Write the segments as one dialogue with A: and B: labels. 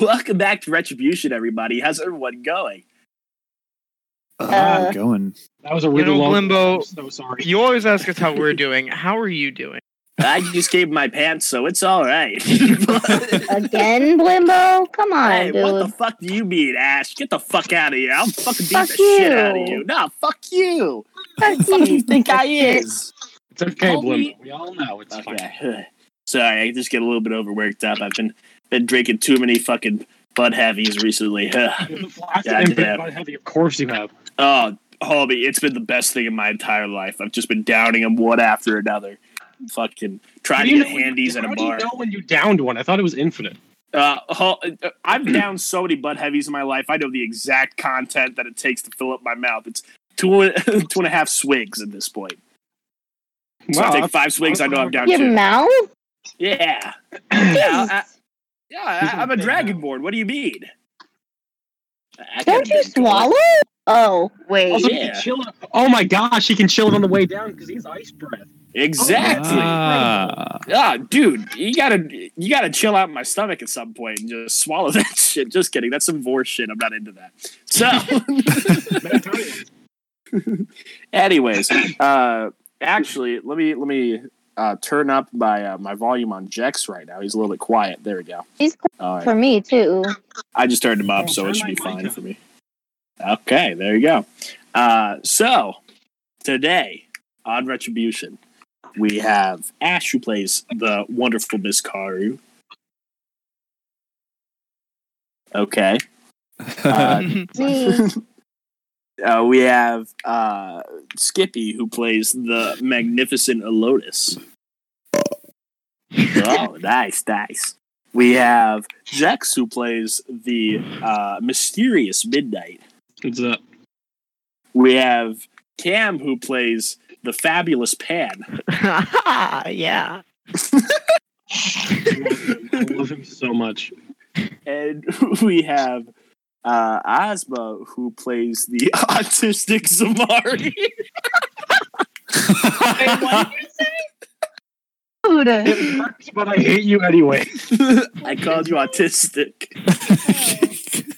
A: Welcome back to Retribution, everybody. How's everyone going?
B: Ah,
C: Uh,
B: going.
D: That was a
E: You
D: really
E: know,
D: long.
E: Glimbo,
D: I'm so sorry.
E: You always ask us how we're doing. How are you doing?
A: I just gave my pants, so it's all right.
C: Again, Blimbo? Come on,
A: hey,
C: dude.
A: what the fuck do you mean, Ash? Get the fuck out of here! I'll fucking beat
C: Fuck
A: the shit out of
C: you.
A: you. Nah, fuck you.
C: Fuck
A: Who do you
C: you.
A: think I is?
D: It's okay,
A: Call me-
D: Blimbo. We all know it's fine.
A: Okay. Sorry, I just get a little bit overworked up. I've been been drinking too many fucking bud heavies recently.
D: The flask
A: Yeah,
D: and
A: yeah.
D: Bud heavy, of course you have.
A: oh, homie, it's been the best thing in my entire life. I've just been downing them one after another. Fucking
D: How
A: trying
D: do
A: to
D: you
A: get
D: know when-
A: handies at a
D: how
A: bar.
D: do you know when you downed one? I thought it was infinite.
A: Uh, ho- uh, I've downed so many butt heavies in my life. I know the exact content that it takes to fill up my mouth. It's two two and a half swigs at this point. So I take five swigs. I know I'm down
C: Your
A: two.
C: mouth?
A: Yeah, yeah, I, I, yeah. I, I'm a
D: He's not big
A: dragonborn. What do you mean? I
C: Don't
A: could've
C: you
A: been-
C: swallow? Oh, wait.
D: Also, he
A: Yeah.
D: can chill it- oh my gosh, he can chill it on the way down because he's ice breath.
A: Exactly.
B: Ah,
A: Ah, dude, you gotta you gotta chill out my stomach at some point and just swallow that shit. Just kidding. That's some vor shit. I'm not into that. So.
D: Mediterranean.
A: Anyways, uh, actually, let me let me uh, turn up my uh, my volume on Jex right now. He's a little bit quiet. There we go.
C: He's
A: All right,
C: for me, too.
A: I just turned him up, so it should be fine for me. Okay, there you go. Uh, so today on Retribution, we have Ash who plays the wonderful Miss Karu. Okay. Uh,
C: Me.
A: Uh, we have uh, Skippy, who plays the magnificent Elotus. oh, nice, nice. We have Jex, who plays the uh, mysterious Midnight.
D: What's up?
A: We have Cam, who plays the fabulous Pan.
D: I
E: yeah.
D: love him. I love him so much.
A: And we have uh, Ozma, who plays the autistic Zamari.
D: It hurts, but I hate you anyway.
A: I called you autistic.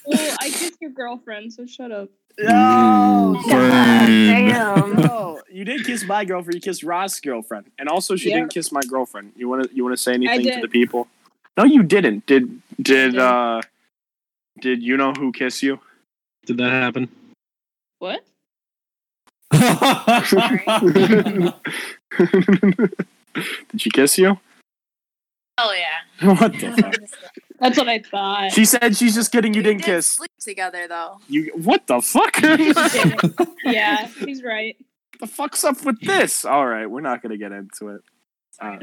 F: Well, I kissed your girlfriend, so shut up.
A: No!
C: damn.
A: No, you didn't kiss my girlfriend. You kissed Rod's girlfriend, and also she
F: Yeah.
A: didn't kiss my girlfriend. You want to you want to say anything to
F: did.
A: the people? No, you didn't. Did did
F: did.
A: uh did you know who kiss you?
D: Did that happen?
F: What?
A: Did she kiss you?
G: Hell yeah.
A: What the fuck?
F: That's what I thought.
A: She said she's just kidding. You
G: We
A: didn't
G: did
A: kiss.
G: Sleep together though.
A: You what the fuck? the
F: yeah, he's right.
A: fuck's up with this? All right, we're not gonna get into it. Uh,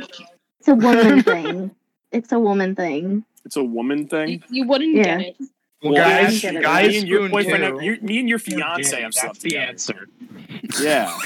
C: It's a woman thing. It's a woman thing.
A: it's a woman
F: You,
A: thing.
F: you wouldn't
C: Yeah.
F: get it.
E: Well,
A: Well,
E: guys,
C: Ash,
E: guys,
A: me and your
E: spoon
A: boyfriend,
E: too.
A: have, you me and your fiance
D: Yeah,
A: have
D: That's
A: slept
D: the
A: together.
D: answer.
A: Yeah.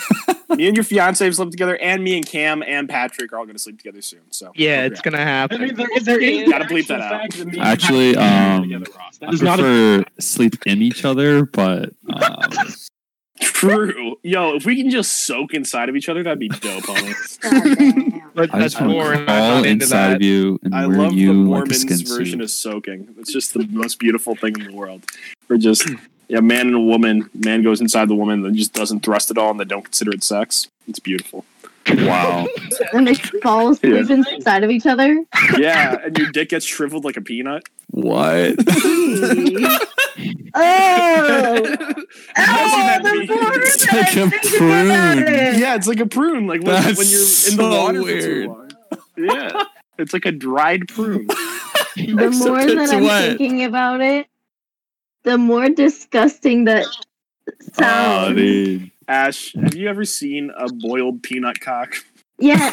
A: me and your fiance have slept together, and me and Cam and Patrick are all going to sleep together soon. So
E: yeah, it's gonna
D: I
E: happen.
D: mean, there, there is
A: Gotta bleep that out.
B: Actually, um,
D: that
B: I
D: is not a
B: prefer sleep in each other, but um,
A: true. Yo, if we can just soak inside of each other, that'd be dope, homie.
C: God damn.
E: But
B: I
E: that's
B: just want
E: boring.
B: to
E: I'm
B: crawl
E: not into
B: inside
E: that.
B: of you and
A: I
B: wear
A: love
B: you
A: the
B: like a
A: Mormons
B: skin
A: version
B: suit.
A: of soaking. It's just the most beautiful thing in the world. We're just yeah, man and a woman. Man goes inside the woman and just doesn't thrust at all, and they don't consider it sex. It's beautiful.
B: Wow.
C: When they fall asleep inside of each other.
A: Yeah, and your dick gets shriveled like a peanut.
B: What?
C: Jeez. oh, oh,
A: Imagine that
C: the
A: being-
C: border
B: It's
C: that I
B: like a
C: think about
B: prune.
C: it.
A: Yeah, it's like a prune. Like when,
B: That's
A: when you're in
B: so
A: the water
B: weird.
A: for too long. Yeah, it's like a dried prune.
C: the
B: Except
C: more that
B: it's
C: I'm
B: wet.
C: thinking about it, the more disgusting that
B: Oh,
A: Ah,
C: sounds.
B: dude.
A: Ash, have you ever seen a boiled peanut cock?
C: yes,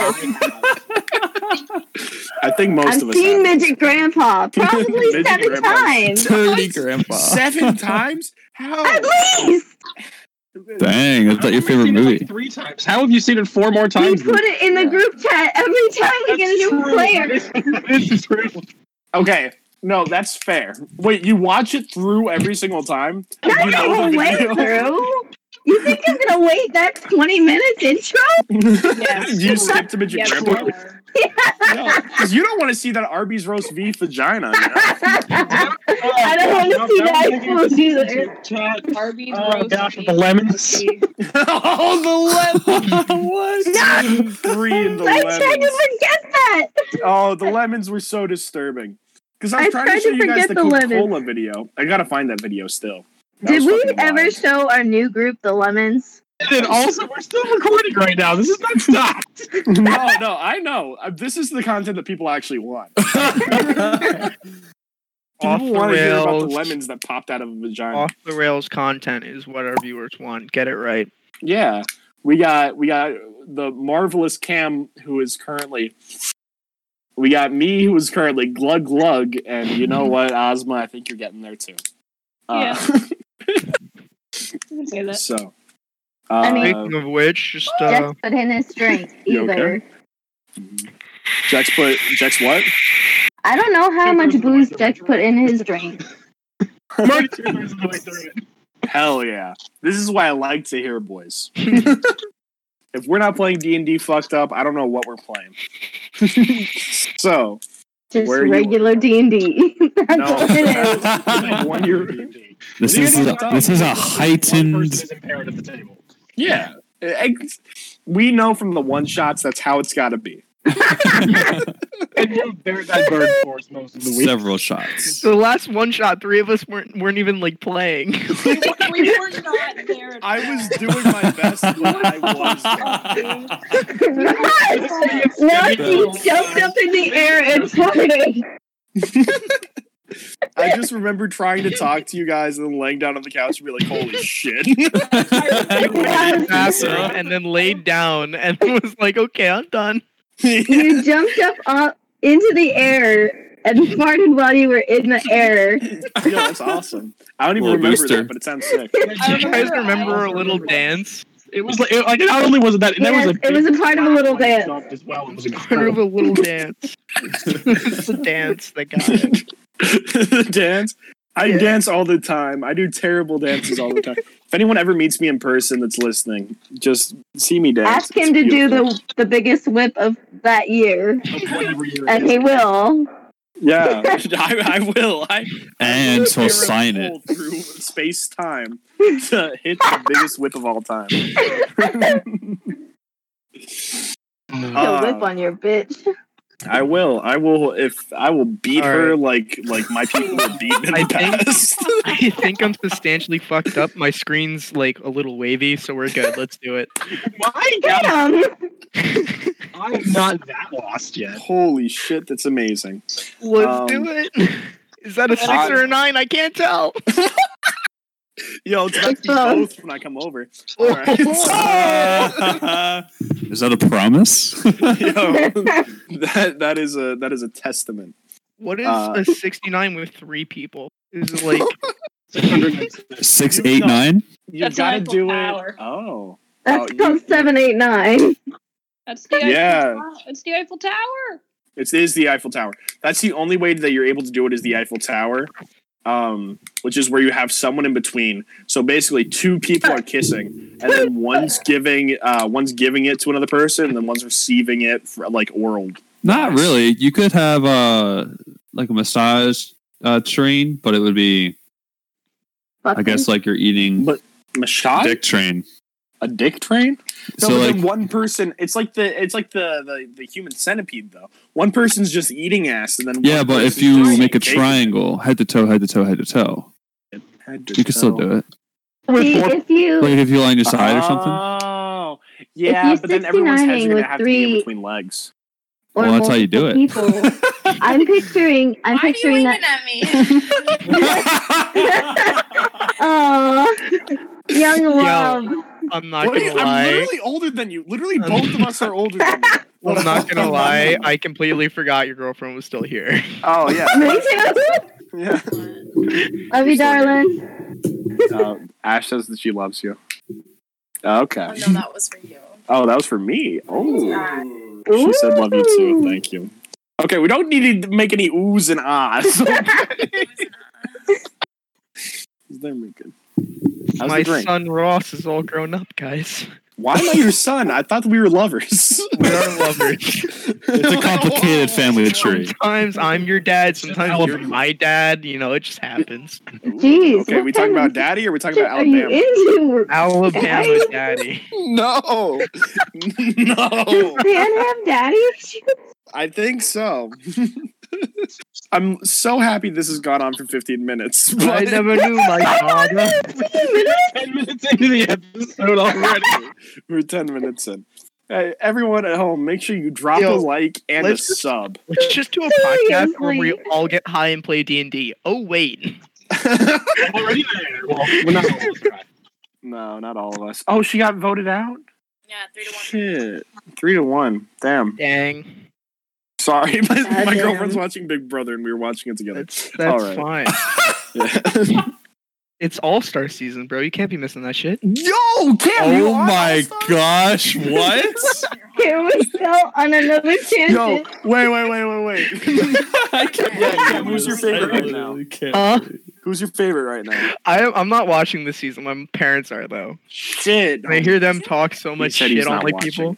A: I think most
C: I've
A: of us
C: seen
A: have.
C: midget grandpa probably
A: Midget
C: seven
A: grandpa.
C: times.
B: Dirty grandpa.
A: Seven times? How?
C: At least
B: Dang, that's not your favorite movie.
D: three times. How have you seen it four more
C: we
D: times?
C: put it in the
A: Yeah.
C: group chat every time we get a new player.
D: this is true.
A: Okay, no, that's fair. Wait, you watch it through every single time?
C: Not the
A: You know
C: whole
A: the
C: way
A: video.
C: through. You think I'm gonna wait that 20 minutes intro?
A: Did you skip to midget
F: Yes,
A: grandpa?
F: you are.
A: No, 'cause you don't want to see that Arby's roast beef vagina. you know?
H: I don't want to see that explosion either.
D: either.
F: Arby's
D: Oh
F: roast
D: gosh, with the
F: beef.
D: lemons.
A: oh, the lemon. what? Three in the
H: I tried to
A: lemons.
H: forget that.
A: Oh, the lemons were so disturbing. Because I was
H: I
A: trying
H: tried
A: to show
H: to
A: you guys
H: forget
A: the
H: the lemons.
A: Coca-Cola video. I gotta find that video still. That
H: Did
A: was
H: we
A: fucking
H: ever
A: wild.
H: show our new group the lemons?
D: And then also, we're still recording right now. This is not stopped.
A: no, no, I know. Uh, This is the content that people actually want.
E: Off
A: people
E: the
A: want to hear about the
E: rails.
A: lemons that popped out of a vagina.
E: Off the rails content is what our viewers want. Get it right.
A: Yeah, we got we got the marvelous Cam who is currently. We got me who is currently glug glug, and you know what, Ozma, I think you're getting there too. Uh,
F: You can say that.
A: so, uh,
H: I mean-
E: Speaking of which, just uh,
H: Just put in his drink
A: You
H: either.
A: Jex put Jex what?
H: I don't know how
D: Two
H: much
D: thirds of the
H: booze
D: way through.
H: Jack put in his drink.
D: We're already two thirds of the way through it.
A: Hell yeah! This is why I like to hear boys. if we're not playing D and D fucked up, I don't know what we're playing. so
H: Just
A: Where are you-
H: regular D and D. That's
A: No.
H: what it is.
A: one year,
B: this
A: You
B: is
A: need
B: a,
A: to-
B: this is a
D: One
B: heightened.
D: person is impaired at the table.
A: yeah, Ex- we know from the one shots that's how it's got to be.
D: And you bear that burden for us most of the week.
B: Several shots.
E: so the last one shot, three of us weren't weren't even like playing.
F: We, we were not there. at
A: I
F: all.
A: was doing my best, but I was.
F: Oh,
H: Yes! Now she jumped up in the air and farted.
A: I just remember trying to talk to you guys and then laying down on the couch and be like, "Holy shit!"
E: Passed
B: Yeah.
E: out and then laid down and was like, "Okay, I'm done."
H: You jumped up, up into the air and farted while you were in the air.
A: Yo, that's awesome. I don't even
B: Little
A: remember
B: booster.
A: that, but it sounds sick.
E: Do you
F: remember-
E: guys
F: I
E: remember a
F: also
E: little
F: remember-
E: dance?
D: It was like, it, like not only was it that, that
H: Yes,
D: was a
H: it was
D: big
H: a part of a little
D: platform
H: dance.
D: stuff as well. It was
E: Part of
D: incredible.
E: a little dance. it's a dance that got it.
A: dance. I
E: Yeah.
A: dance all the time. I do terrible dances all the time. if anyone ever meets me in person that's listening, just see me dance.
H: Ask
A: It's
H: him to do
A: beautiful.
H: the the biggest whip of that year,
D: Whatever year it
H: and
D: is.
H: he will.
A: Yeah, I, I will. I I
B: And
A: will
B: he'll sign it.
A: travel through space time to hit the biggest whip of all time.
H: He'll
A: Uh,
H: whip on your bitch.
A: I will. I will. If I will beat
E: All
A: her like like my people were beaten in
E: I
A: the
E: think-
A: past.
E: I think I'm substantially fucked up. My screen's like a little wavy, so we're good. Let's do it.
D: My God,
H: Damn.
D: I'm not that lost yet.
A: Holy shit, that's amazing.
E: Let's
A: Um, uh,
E: do it. Is that a six
A: I-
E: or a nine? I can't tell.
A: Yo, it's about to be
H: Um,
A: both when I come over. All Uh, right.
B: Is that a promise?
A: Yo, that that is a that is a testament.
E: What is
A: Uh,
E: a 69 with three people? Is it like
B: Six, eight, nine.
A: You
F: That's
A: gotta
F: an actual
A: do
F: power.
A: it. Oh,
H: That's
A: Oh, you-
H: called seven eight nine.
F: That's the Eiffel
A: Yeah.
F: Tower. It's the Eiffel Tower.
A: it is the Eiffel Tower. That's the only way that you're able to do it is the Eiffel Tower, um, which is where you have someone in between. So basically, two people are kissing, and then one's giving uh, one's giving it to another person, and then one's receiving it for, like oral.
B: Not really. You could have uh like a massage uh train, but it would be I guess like you're eating
A: But- Massage
B: dick train.
A: a dick train. No,
B: so
A: but
B: like
A: then one person. It's like the it's like the, the the human centipede though. One person's just eating ass, and then
B: yeah,
A: one
B: but if
A: person's
B: you
A: just
B: make a
A: taking-
B: triangle, head to toe, head to toe, head to toe,
A: Head to
B: you can still
A: toe.
B: do it.
H: See, if you
B: Like if you lie on your side or something.
A: Oh, yeah,
H: you're
A: but then everyone's heads are
H: 69ing
A: gonna
H: with
A: have to be in
H: three-
A: between legs.
H: or
B: Well, that's how you do
H: multiple People, I'm picturing. I'm
G: Why are you
H: picturing
G: waving
H: that.
G: at me?
H: Oh, young love.
E: I'm not
A: What are
E: gonna
A: you- I'm
E: lie.
A: literally older than you. Literally,
E: Um,
A: both of us are older than you.
E: I'm not gonna lie. I completely forgot your girlfriend was still here.
A: Oh yeah,
H: Me too.
A: yeah.
H: Love you, darling.
A: Uh, Ash says that she loves you. Okay.
G: oh no, that was for you.
A: Oh, that was for me.
G: Yeah.
A: Oh, she said love you too. Thank you. Okay, we don't need to make any oohs and ahs. They're making. How's
E: My
A: the drink?
E: son Ross is all grown up, guys.
A: Why am I your son? I thought we were lovers.
E: We are lovers.
B: It's a complicated family tree.
E: Sometimes I'm your dad. Sometimes you're my dad. You know, it just happens.
C: Jeez.
A: Okay, we talking about daddy or we talking about
C: Are you
A: Alabama?
C: into?
E: Alabama daddy.
A: No, no. Oh.
C: Does Dan have daddy issues?
A: I think so. I'm so happy this has gone on for 15 minutes.
E: I
A: but-
E: never knew my father.
D: Ten minutes into the episode already.
A: We're 10 minutes in. Hey, everyone at home, make sure you drop
E: Yo,
A: a like and a
E: let's just-
A: sub.
E: Let's just do a podcast where we
C: Seriously.
E: all get high and play D and D. Oh wait,
D: already there. Well, we're not almost right.
A: no, not all of us. Oh, she got voted out?
G: Yeah, three to one.
A: Shit. Three to one. Damn.
E: dang,
A: Sorry. My, my
C: Goddamn.
A: girlfriend's watching Big Brother and we were watching it together.
E: that's that's
A: All
E: fine.
A: Yeah.
E: It's All Star season, bro. You can't be missing that shit.
A: Yo, Cam, you
B: Oh
A: are
B: my
A: All-Star?
B: gosh, what?
C: Can we go on another tangent?
A: Yo, wait, wait, wait, wait, wait.
B: I can't
A: Yeah, Cam, who's your favorite right now?
E: Huh?
A: Who's your favorite right now?
E: I I'm not watching this season. My parents are though.
A: Shit.
E: And I hear them talk so much
A: said he's
E: shit on
A: not
E: like
A: watching.
E: people.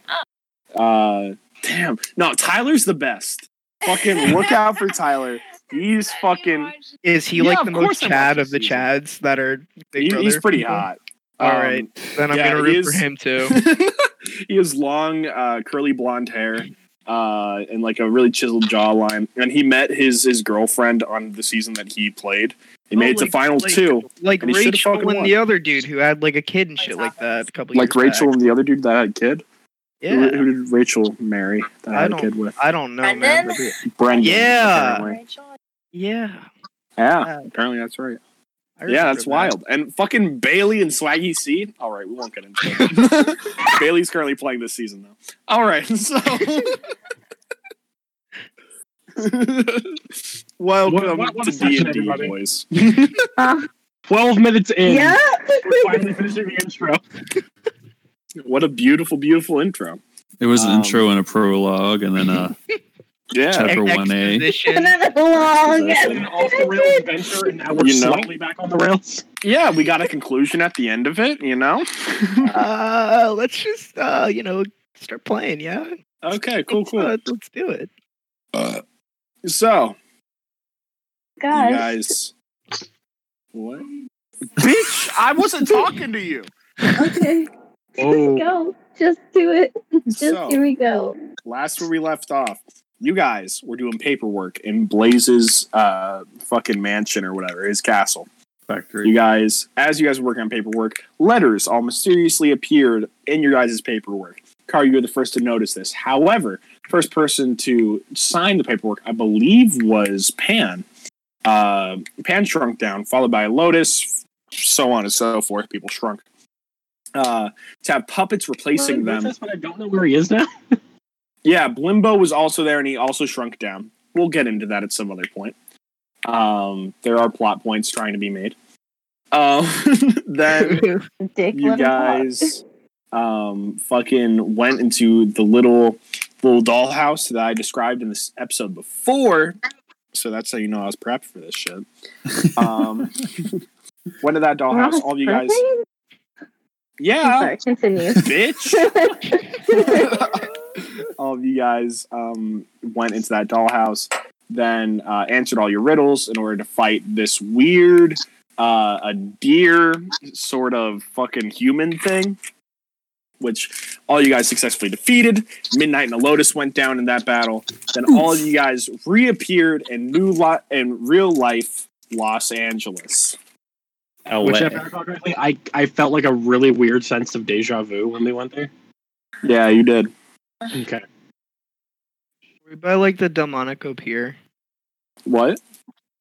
A: Uh, damn. No, Tyler's the best. Fucking look out for Tyler. He's fucking.
E: Is he
A: Yeah,
E: like
A: of
E: the
A: course
E: most
A: I'm
E: Chad
A: watching
E: of the
A: season.
E: Chads that are
A: he-
E: Big
A: he's
E: Brother
A: pretty
E: people?
A: hot.
E: All right, then I'm
A: yeah,
E: gonna
A: he
E: root for
A: is-
E: him too.
A: he has long, uh, curly blonde hair uh, and like a really chiseled jawline. And he met his his girlfriend on the season that he played. He made it to
E: like-
A: final
E: like-
A: two,
E: Like
A: And he should've
E: Rachel
A: fucking
E: and
A: won.
E: the other dude who had like a kid and shit like that. A couple
A: like
E: years back.
A: Rachel and the other dude that had a kid. Who,
E: Yeah,
A: who did Rachel marry that
E: I
A: had a
E: don't-
A: kid with?
E: I don't know, man.
G: Brendan?
E: but it-
A: Brendan.
E: Yeah.
A: apparently.
E: Yeah,
A: Yeah.
E: Yeah.
A: Apparently that's right. yeah,
E: I remember
A: that's
E: that.
A: wild. And fucking Bailey and Swaggy C. All right, we won't get into it. Bailey's currently playing this season though. All right, so welcome
E: um,
D: What- what- what
A: to
D: a session,
A: D and D
D: everybody.
A: boys.
D: Twelve minutes in.
C: yeah.
D: We're finally finishing the intro.
A: What a beautiful, beautiful intro.
B: It was an
A: Um,
B: intro and a prologue, and then uh,
A: Yeah,
B: Check. Chapter
E: Ex-
B: 1A.
E: exposition.
C: Another long.
A: Possession.
D: An off the rails adventure, and now we're
A: You know?
D: slightly back on the rails.
A: yeah, we got a conclusion at the end of it. You know.
E: uh, let's just uh, you know start playing. Yeah,
A: Okay, cool,
E: Let's,
A: cool.
E: uh, let's do it.
A: So, you
C: Gosh.
A: guys, what? Bitch, I wasn't talking to you.
C: Okay.
D: Oh.
C: Go. Just do it. Just
A: So-
C: here we go.
A: last where we left off, you guys were doing paperwork in Blaze's uh, fucking mansion or whatever, his castle. You
B: factory.
A: guys, as you guys were working on paperwork, letters all mysteriously appeared in your guys' paperwork. Car, you were the first to notice this. However, first person to sign the paperwork, I believe, was Pan. Uh, Pan shrunk down, followed by Lotus, so on and so forth. People shrunk. Uh, to have puppets replacing
D: Well,
A: them.
D: But I don't know where he is now.
A: Yeah, Blimbo was also there, and he also shrunk down. We'll get into that at some other point. Um, there are plot points trying to be made. Um, then
C: Dick.
A: you
C: let him talk.
A: guys um, fucking went into the little little dollhouse that I described in this episode before. So that's how you know I was prepped for this shit. Um, went to that
C: We're
A: dollhouse.
C: on
A: All of you guys,
C: something? I'm
A: yeah,
C: Sorry, continue.
A: bitch. all of you guys um, went into that dollhouse, then uh, answered all your riddles in order to fight this weird, uh, a deer sort of fucking human thing, which all you guys successfully defeated. Midnight and the Lotus went down in that battle. Then all of you guys reappeared in new lo- in real life Los Angeles.
D: Which, if I recall correctly, I, I felt like a really weird sense of deja vu when we went there.
A: Yeah, you did.
D: Okay.
E: We by like the Delmonico Pier,
A: What?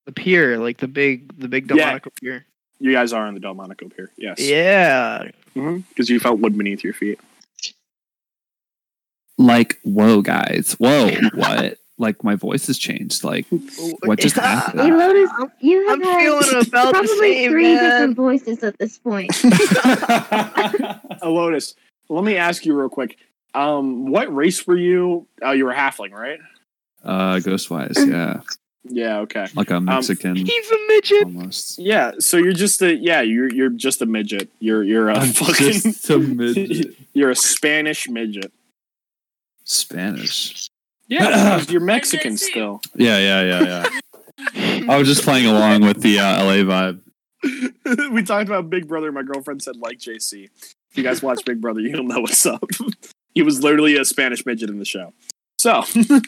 E: the pier, like the big, the big
A: Yeah.
E: Delmonico Pier.
A: You guys are on the Delmonico Pier. Yes.
E: Yeah,
A: Because you felt wood beneath your feet.
B: Like, whoa, guys, whoa, what? Like, my voice has changed. Like, what just happened?
C: Hey, Lotus, you have
E: I'm
C: had
E: feeling about the
C: probably
E: same,
C: three
E: man.
C: different voices at this point.
A: Uh, Lotus, let me ask you real quick. Um, what race were you? Oh, you were halfling, right?
B: Uh, Ghostwise, yeah.
A: Yeah. Okay.
B: like a Mexican
E: He's a midget.
B: almost.
A: Yeah. So you're just a yeah. You're you're just a midget. You're you're a
B: I'm
A: fucking.
B: just a midget.
A: You're a Spanish midget.
B: Spanish.
A: Yeah. 'cause you're Mexican
I: That's it.
A: still.
B: Yeah, yeah, yeah, yeah. I was just playing along with the uh, LA vibe.
A: we talked about Big Brother. My girlfriend said like JC. If you guys watch Big Brother, you'll know what's up. he was literally a Spanish midget in the show. So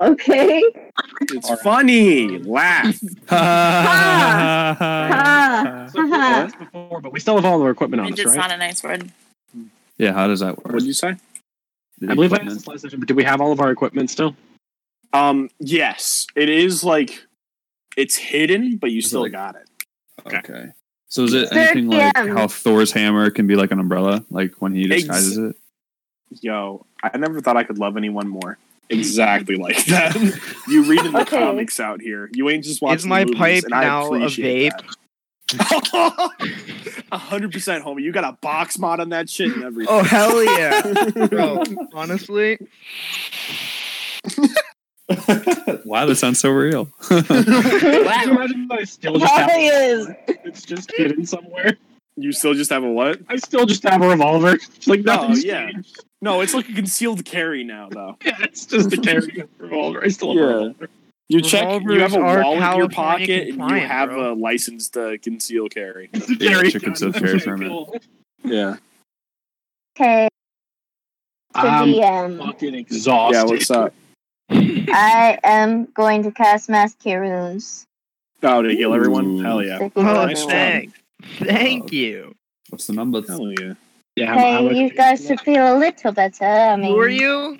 H: Okay.
A: it's funny. Laugh. Uh,
H: Ha!
D: So, well, that's before, but we still have all our equipment on us,
G: Midget's
D: right?
G: not a nice word.
B: yeah, how does that work?
A: What'd you say?
B: The
D: I believe I asked
B: equipment?
D: this last session, but do we have all of our equipment still?
A: Um. Yes. It is like it's hidden, but you
B: Is it
A: still
B: like-
A: got it.
B: Okay. So is it
H: Sir,
B: anything like
H: yeah.
B: how Thor's hammer can be like an umbrella, like when he
A: Ex-
B: disguises it?
A: Yo, I never thought I could love anyone more. Exactly like that. you reading the
H: Okay.
A: comics out here. You ain't just watching.
E: Is my
A: the movies,
E: pipe
A: and I
E: now a
A: appreciate that. A hundred percent, homie. You got a box mod on that shit and everything.
E: Oh hell yeah, bro! Honestly, Oh.
B: Wow, that sounds so real.
D: Can you imagine if I still just
H: Hell
D: have
H: yes.
D: It's just hidden somewhere.
A: You still just have a what?
D: I still just have a revolver. It's like
A: Oh
D: nothing's
A: yeah.
D: changed.
A: No, it's like a concealed carry now, though.
D: Yeah, it's just a carry revolver. I still have
A: Yeah.
D: a revolver.
A: You check. You have a
E: Revolvers are
A: wallet in your
E: California
A: pocket, and you
E: compliant,
A: have
E: bro.
A: a license to conceal carry.
D: It's a
B: Yeah,
D: carry
B: chicken
D: gun.
B: self carry
D: It's
B: permit.
D: cool.
A: Yeah.
H: Okay. To
A: Um,
D: I'm
H: DM.
D: fucking exhausted.
A: Yeah. What's up?
E: Oh,
H: I am going to cast Mass Runes.
A: Oh, to heal everyone.
B: Ooh.
A: Hell yeah.
E: oh
A: nice
E: thanks, thank you.
B: What's the number?
A: Hell yeah.
D: Yeah,
A: Um,
D: I'm- I'm
H: Hey,
D: okay.
H: you guys should feel a little better. I mean,
E: Who are you?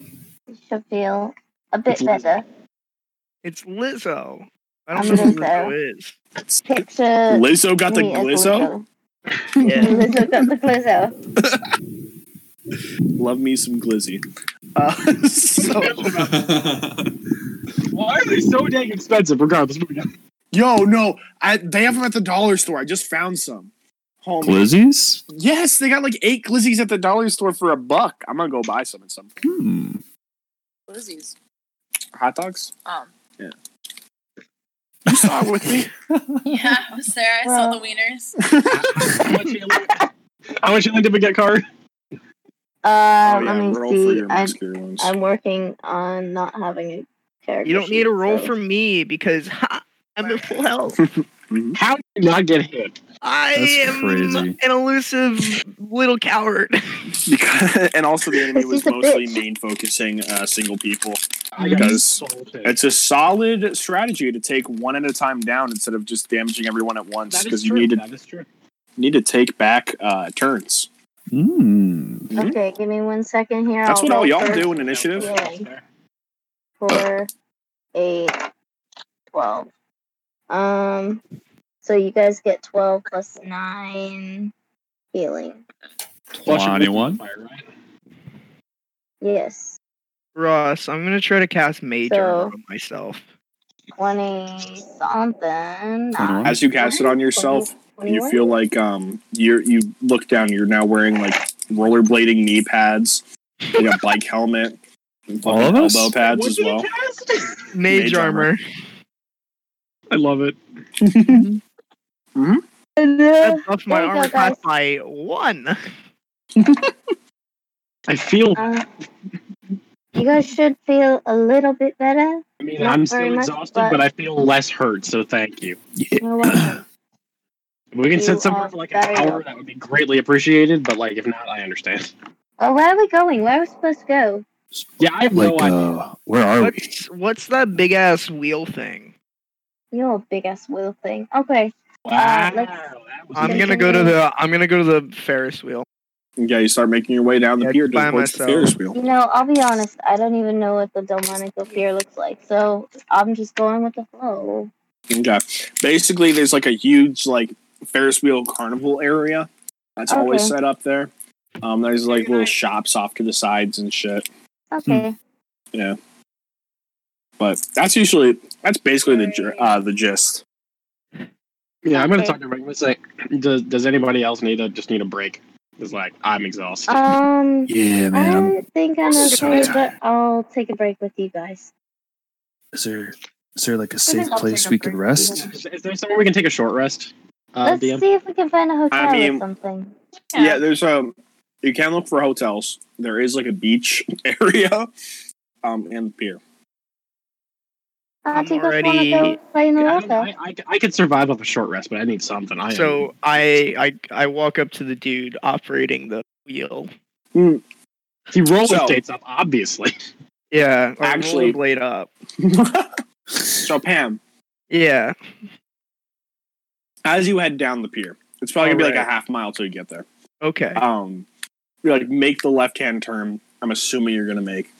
H: you should feel a bit
D: It's Liz.
H: better.
E: It's Lizzo. I
H: I'm
E: don't know who
H: Lizzo.
E: Lizzo is.
H: Picture.
A: Lizzo got the
H: Uh, me as
A: glizzo.
E: Yeah.
H: Lizzo got the glizzo.
A: Love me some glizzy. Uh, so,
D: Why are they so dang expensive? Regardless, moving on.
A: yo, no, I, they have them at the dollar store. I just found some. Home.
B: Glizzies?
A: yes, they got like eight glizzies at the dollar store for a buck. I'm gonna go buy some at some point.
B: Hmm.
G: Glizzies.
A: Hot dogs.
G: Um.
A: You saw it with me.
G: Yeah, I was there. I saw the
H: Well-
G: wieners.
D: How much you like- how much you like to get car?
H: Um,
A: Oh,
H: let
A: yeah,
H: me
A: roll for
H: see.
A: your
H: I'm,
A: obscure ones.
H: I'm working on not having a character.
E: You don't need a
H: sheet,
E: roll
H: so-
E: for me because ha, I'm in full health.
D: How did you not get hit?
E: I
B: That's
E: am
B: crazy.
E: an elusive little coward.
A: Because- and also, the enemy
H: This
A: was
H: is a
A: mostly
H: bitch.
A: main focusing uh, single people.
D: I got
A: Because
D: insulted.
A: It's a solid strategy to take one at a time down instead of just damaging everyone at once
D: That
A: because
D: is
A: you
D: true.
A: need to
D: that is true.
A: need to take back uh, turns.
B: Hmm.
A: Mhm.
H: Okay, give me one second here.
A: That's
H: I'll
A: what all
H: roll
A: y'all
H: first
A: do in initiative.
H: Yeah. For a 12. Um, so you guys get 12 plus 9 healing.
D: Plus your
B: 21?
D: fire, right?
H: Yes.
E: Ross, I'm gonna try to cast Mage
H: So-
E: Armor on myself.
H: 20 something. Ah,
B: Twenty one?
A: As you cast it on yourself, you feel like um you you look down. You're now wearing like rollerblading knee pads, and a bike helmet, and
B: All
A: fucking
B: of us?
A: elbow pads
D: What
A: as
D: did it
A: well.
D: cast?
E: Mage,
A: Mage
E: Armor.
A: Armor.
D: I love it.
E: That buffed my
H: There you go,
E: armor class
H: guys.
E: by one.
D: I feel.
H: Uh, you guys should feel a little bit better.
D: I mean,
H: not
D: I'm
H: very
D: still
H: much,
D: exhausted,
H: but-
D: but... I feel less hurt. So thank you.
H: You're welcome.
D: If we can
H: You
D: sit somewhere
H: are
D: for like an
H: very
D: hour,
H: welcome.
D: that would be greatly appreciated. But like, if not, I understand.
H: Oh, where are we going? Where are we supposed to go?
D: Yeah, I have no
B: Like,
D: idea.
B: uh, where
E: Oh.
B: are we?
E: What's what's that big ass wheel thing?
H: You're a big ass wheel thing. Okay.
D: wow,
H: uh, let's-
D: that was
E: I'm
H: There's
D: amazing.
E: gonna
H: a
E: go to
H: wheel.
E: the I'm gonna go to the Ferris wheel.
A: Yeah, you start making your way down the
E: Yeah,
A: pier to
E: by
A: towards the
E: myself.
A: Ferris wheel.
H: You know, I'll be honest. I don't even know what the Delmonico fear looks like, so I'm just going with the flow.
A: Okay, basically, there's like a huge like Ferris wheel carnival area that's always
H: Okay.
A: set up there. Um, there's like little shops off to the sides and shit.
H: Okay.
A: But that's usually that's basically the gi- uh, the gist.
D: Yeah, I'm gonna
H: Okay.
D: talk to Rick. Let's say, does does anybody else need a just need a break? Because like I'm exhausted.
H: Um,
B: Yeah,
H: I
B: man. I'm-
H: don't think I'm
B: so
H: okay,
B: tired.
H: but I'll take a break with you guys.
A: Is there is there like a
H: think
A: safe
H: I'll
A: place
H: take a
A: we could
H: break.
A: rest?
D: Is, is there somewhere we can take a short rest? Uh,
H: Let's
D: DM?
H: see if we can find a hotel
A: I mean-
H: or something.
A: Yeah. there's um you can look for hotels. There is like a beach area. Um and pier.
H: Uh,
E: I'm
H: do you guys want to
E: already-
H: go play in the
D: Yeah, I, mean,
H: water?
D: I, I, I could survive off a short rest, but I need something. I am-
E: So I, I I walk up to the dude operating the wheel.
D: he rolled
A: So-
D: his dates up, obviously.
E: Yeah, I roll
A: Actually-
E: the blade up.
A: so Pam,
E: Yeah,
A: as you head down the pier, it's probably gonna be like a
E: Alright.
A: half mile till you get there.
E: okay.
A: Um you like make the left hand turn, I'm assuming you're gonna make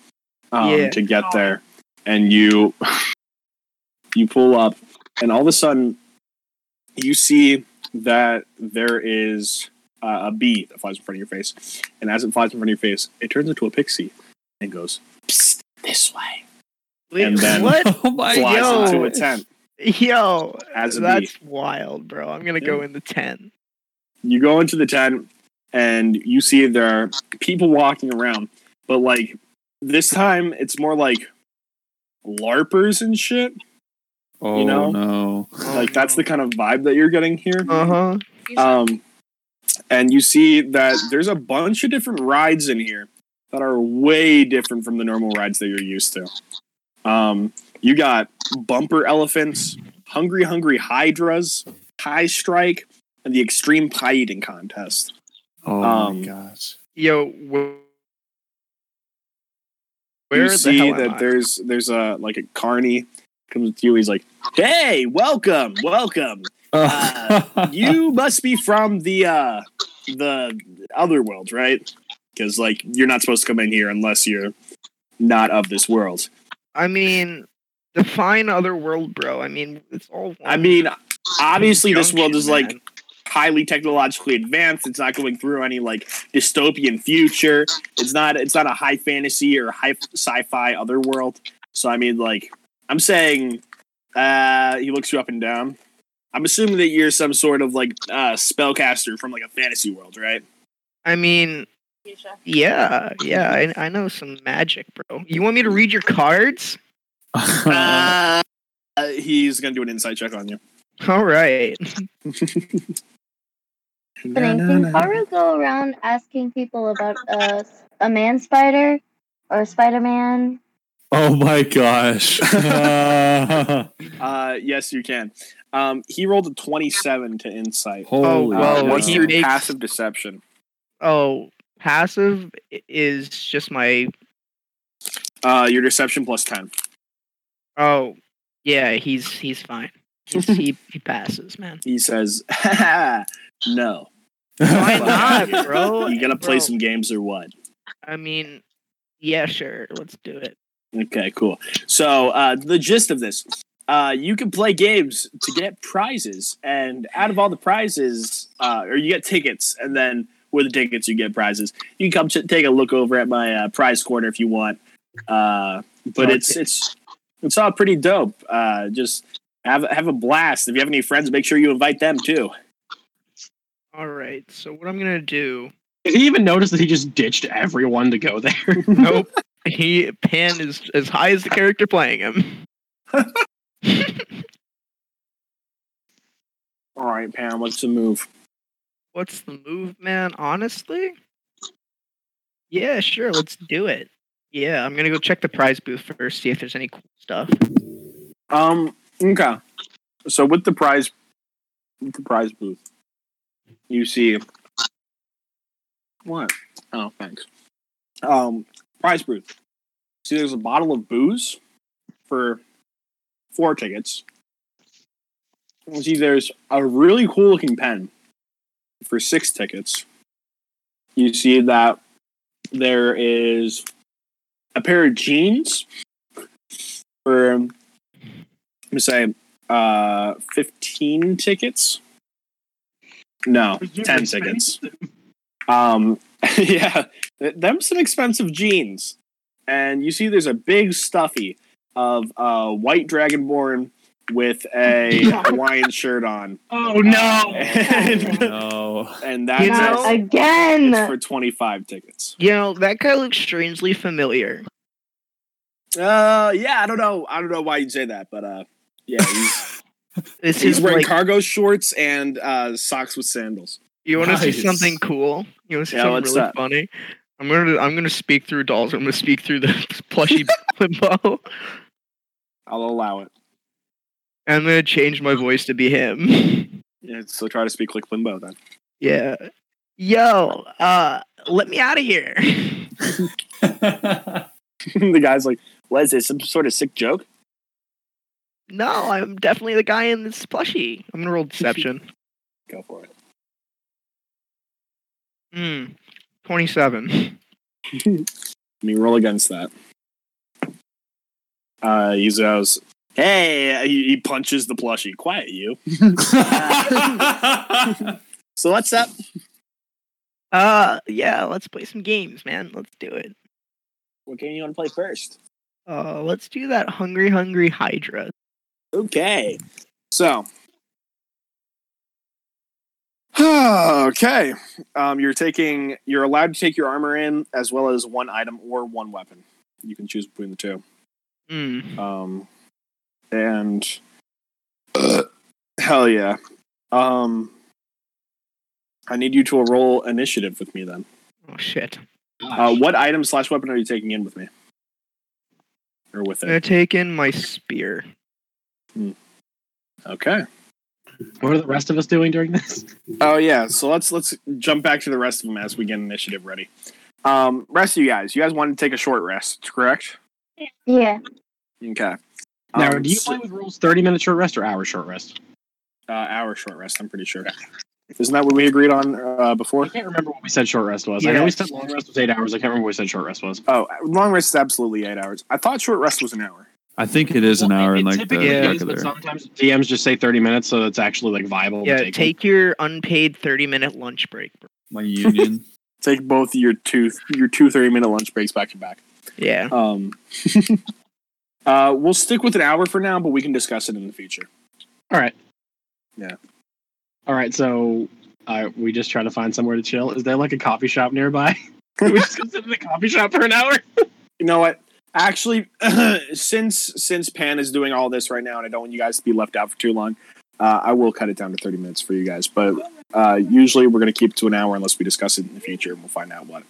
A: um
E: Yeah.
A: to get there. And you you pull up and all of a sudden you see that there is uh, a bee that flies in front of your face. And as it flies in front of your face, it turns into a pixie and goes Psst, this way. and then-
E: what?
B: oh my
A: Flies
E: yo.
A: into a tent.
E: Yo,
A: As a
E: that's wild, bro. I'm gonna go in the ten.
A: You go into the tent and you see there are people walking around, but like this time it's more like LARPers and shit.
B: Oh
A: know?
B: no.
E: Oh,
A: Like that's the kind of vibe that you're getting here.
E: Uh huh.
A: Um, and you see that there's a bunch of different rides in here that are way different from the normal rides that you're used to. Um, you got bumper elephants, hungry, hungry hydras, high strike, and the extreme pie eating contest.
B: Oh
A: Um,
B: my gosh.
E: Yo, wh- where
A: you
E: the
A: see
E: hell am
A: that
E: I?
A: there's there's a like a carney comes to you. He's like, "Hey, welcome, welcome. uh, you must be from the uh the other world, right? Because like you're not supposed to come in here unless you're not of this world.
E: I mean, define other world, bro. I mean, it's all. One
A: I mean, obviously this world
E: junction,
A: is like
E: man.
A: highly technologically advanced. It's not going through any like dystopian future. It's not it's not a high fantasy or high sci-fi other world. So I mean like I'm saying uh he looks you up and down. I'm assuming that you're some sort of like uh spellcaster from like a fantasy world, right?
E: I mean, yeah, yeah. I, I know some magic, bro. You want me to read your cards?
A: Uh, he's gonna do an insight check on you.
E: All right.
H: Can Haru go around asking people about uh, a man spider or Spider Man?
B: oh my gosh. Uh,
A: Uh, yes, you can. Um, he rolled a twenty-seven to insight.
B: holy
E: well,
A: uh,
B: cow.
A: what's
E: he
A: your
E: makes-
A: passive deception?
E: Oh, passive i- is just my.
A: Uh, your deception plus ten.
E: Oh, yeah. He's he's fine. He's, he he passes, man.
A: He says, "No,
E: Why not, bro?
A: you gonna play
E: Bro,
A: some games or what?"
E: I mean, yeah, sure. Let's do it.
A: Okay, cool. So uh, the gist of this, uh, you can play games to get prizes, and out of all the prizes, uh, or you get tickets, and then with the tickets you get prizes. You can come ch take a look over at my uh, prize corner if you want. Uh, but it's it's it's all pretty dope. Uh, just have have a blast. If you have any friends, make sure you invite them too.
E: All right. So what I'm gonna do?
D: Did he even notice that he just ditched everyone to go there?
E: Nope. he pan is as high as the character playing him.
A: All right, Pam, what's the move?
E: What's the move, man? Honestly? Yeah, sure. Let's do it. Yeah, I'm gonna go check the prize booth first, see if there's any cool stuff.
A: Um. Okay. So with the prize, with the prize booth, you see what? Oh, thanks. Um, prize booth. See, there's a bottle of booze for four tickets. You see, there's a really cool looking pen for six tickets. You see that there is a pair of jeans for let me say uh 15 tickets no 10 tickets um yeah th- them some expensive jeans and you see there's a big stuffy of uh white dragonborn with a hawaiian shirt on
D: Oh no!
A: and,
B: no.
A: and
E: You
A: that's
E: know- uh,
A: it.
C: Again!
A: It's for 25 tickets
E: You know, that guy looks strangely familiar.
A: Uh, yeah, I don't know. I don't know why you'd say that, but uh, yeah, he's,
E: This
A: he's
E: is
A: wearing
E: like
A: cargo shorts and uh, socks with sandals.
E: you want to see
J: Nice.
E: something cool. You want to see
A: Yeah,
E: something
A: what's
E: really
A: that?
E: funny. I'm gonna I'm gonna speak through dolls. I'm gonna speak through the plushy limbo,
A: I'll allow it.
E: and I'm gonna change my voice to be him.
A: Yeah, so try to speak like Limbo then.
E: Yeah. Yo, uh, let me out of here.
A: the guy's like, "What is this? Some sort of sick joke?"
E: no, I'm definitely the guy in this plushie. I'm gonna roll deception.
A: Go for it.
E: Hmm. Twenty-seven.
A: Let me roll against that. Uh, he goes, "Hey!" He, he punches the plushie. Quiet you. So what's up?
E: Uh, yeah. Let's play some games, man. Let's do it.
A: What game you want to play first?
E: Uh, let's do that hungry, hungry Hydra.
A: Okay. So. okay. Um, you're taking. You're allowed to take your armor in as well as one item or one weapon. You can choose between the two.
E: Mm.
A: Um, and hell yeah. Um, I need you to roll initiative with me then.
E: Oh shit.
A: Uh, what item slash weapon are you taking in with me? Or with
E: I'm gonna
A: it?
E: take in my spear.
D: Eh.
A: Okay.
D: What are the rest of us doing during this?
A: Oh yeah, so let's let's jump back to the rest of them as we get initiative ready. Um, rest of you guys, you guys wanted to take a short rest, correct?
H: Yeah.
A: Okay.
D: Now,
A: Um,
D: do you
A: so-
D: play with rules 30 minute short rest or hour short rest?
A: uh, hour short rest? I'm pretty sure. Isn't that what we agreed on uh, before?
D: I can't remember what we said short rest was. I know we
E: Yes.
D: said long rest was eight hours. I can't remember what we said short rest was.
A: Oh, long rest is absolutely eight hours. I thought short rest was an hour.
B: I think it is an hour and like the
D: typically
E: yeah,
B: yeah,
D: is, but sometimes DMs just say 30 minutes, so it's actually like viable. to
E: yeah,
D: take
E: take, your unpaid thirty-minute lunch break. Bro.
B: my union.
A: Take both your two your two thirty minute lunch breaks back to back.
E: Yeah.
A: Um, uh, we'll stick with an hour for now, but we can discuss it in the future.
D: All right.
A: Yeah.
D: All right. So uh, we just try to find somewhere to chill. Is there like a coffee shop nearby? Can we just go sit in the coffee shop for an hour?
A: you know what actually since since pan is doing all this right now and i don't want you guys to be left out for too long uh, i will cut it down to 30 minutes for you guys but uh, usually we're going to keep it to an hour unless we discuss it in the future and we'll find out what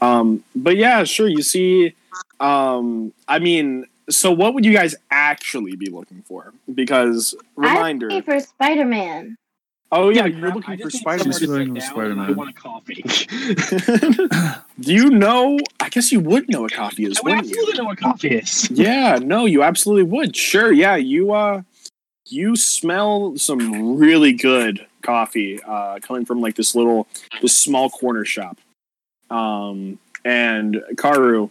A: um, but yeah sure you see um, i mean so what would you guys actually be looking for because reminder
H: I'm looking for Spider Man.
A: oh yeah you're looking for
B: somewhere
A: spider-man
B: Looking for Spider-Man.
D: I want a coffee.
A: do you know i guess you would know what coffee is
D: I would
A: wouldn't you
D: absolutely know what coffee is.
A: Yeah, no, you absolutely would. Sure, yeah, you uh you smell some really good coffee uh coming from like this little this small corner shop. Um and Karu,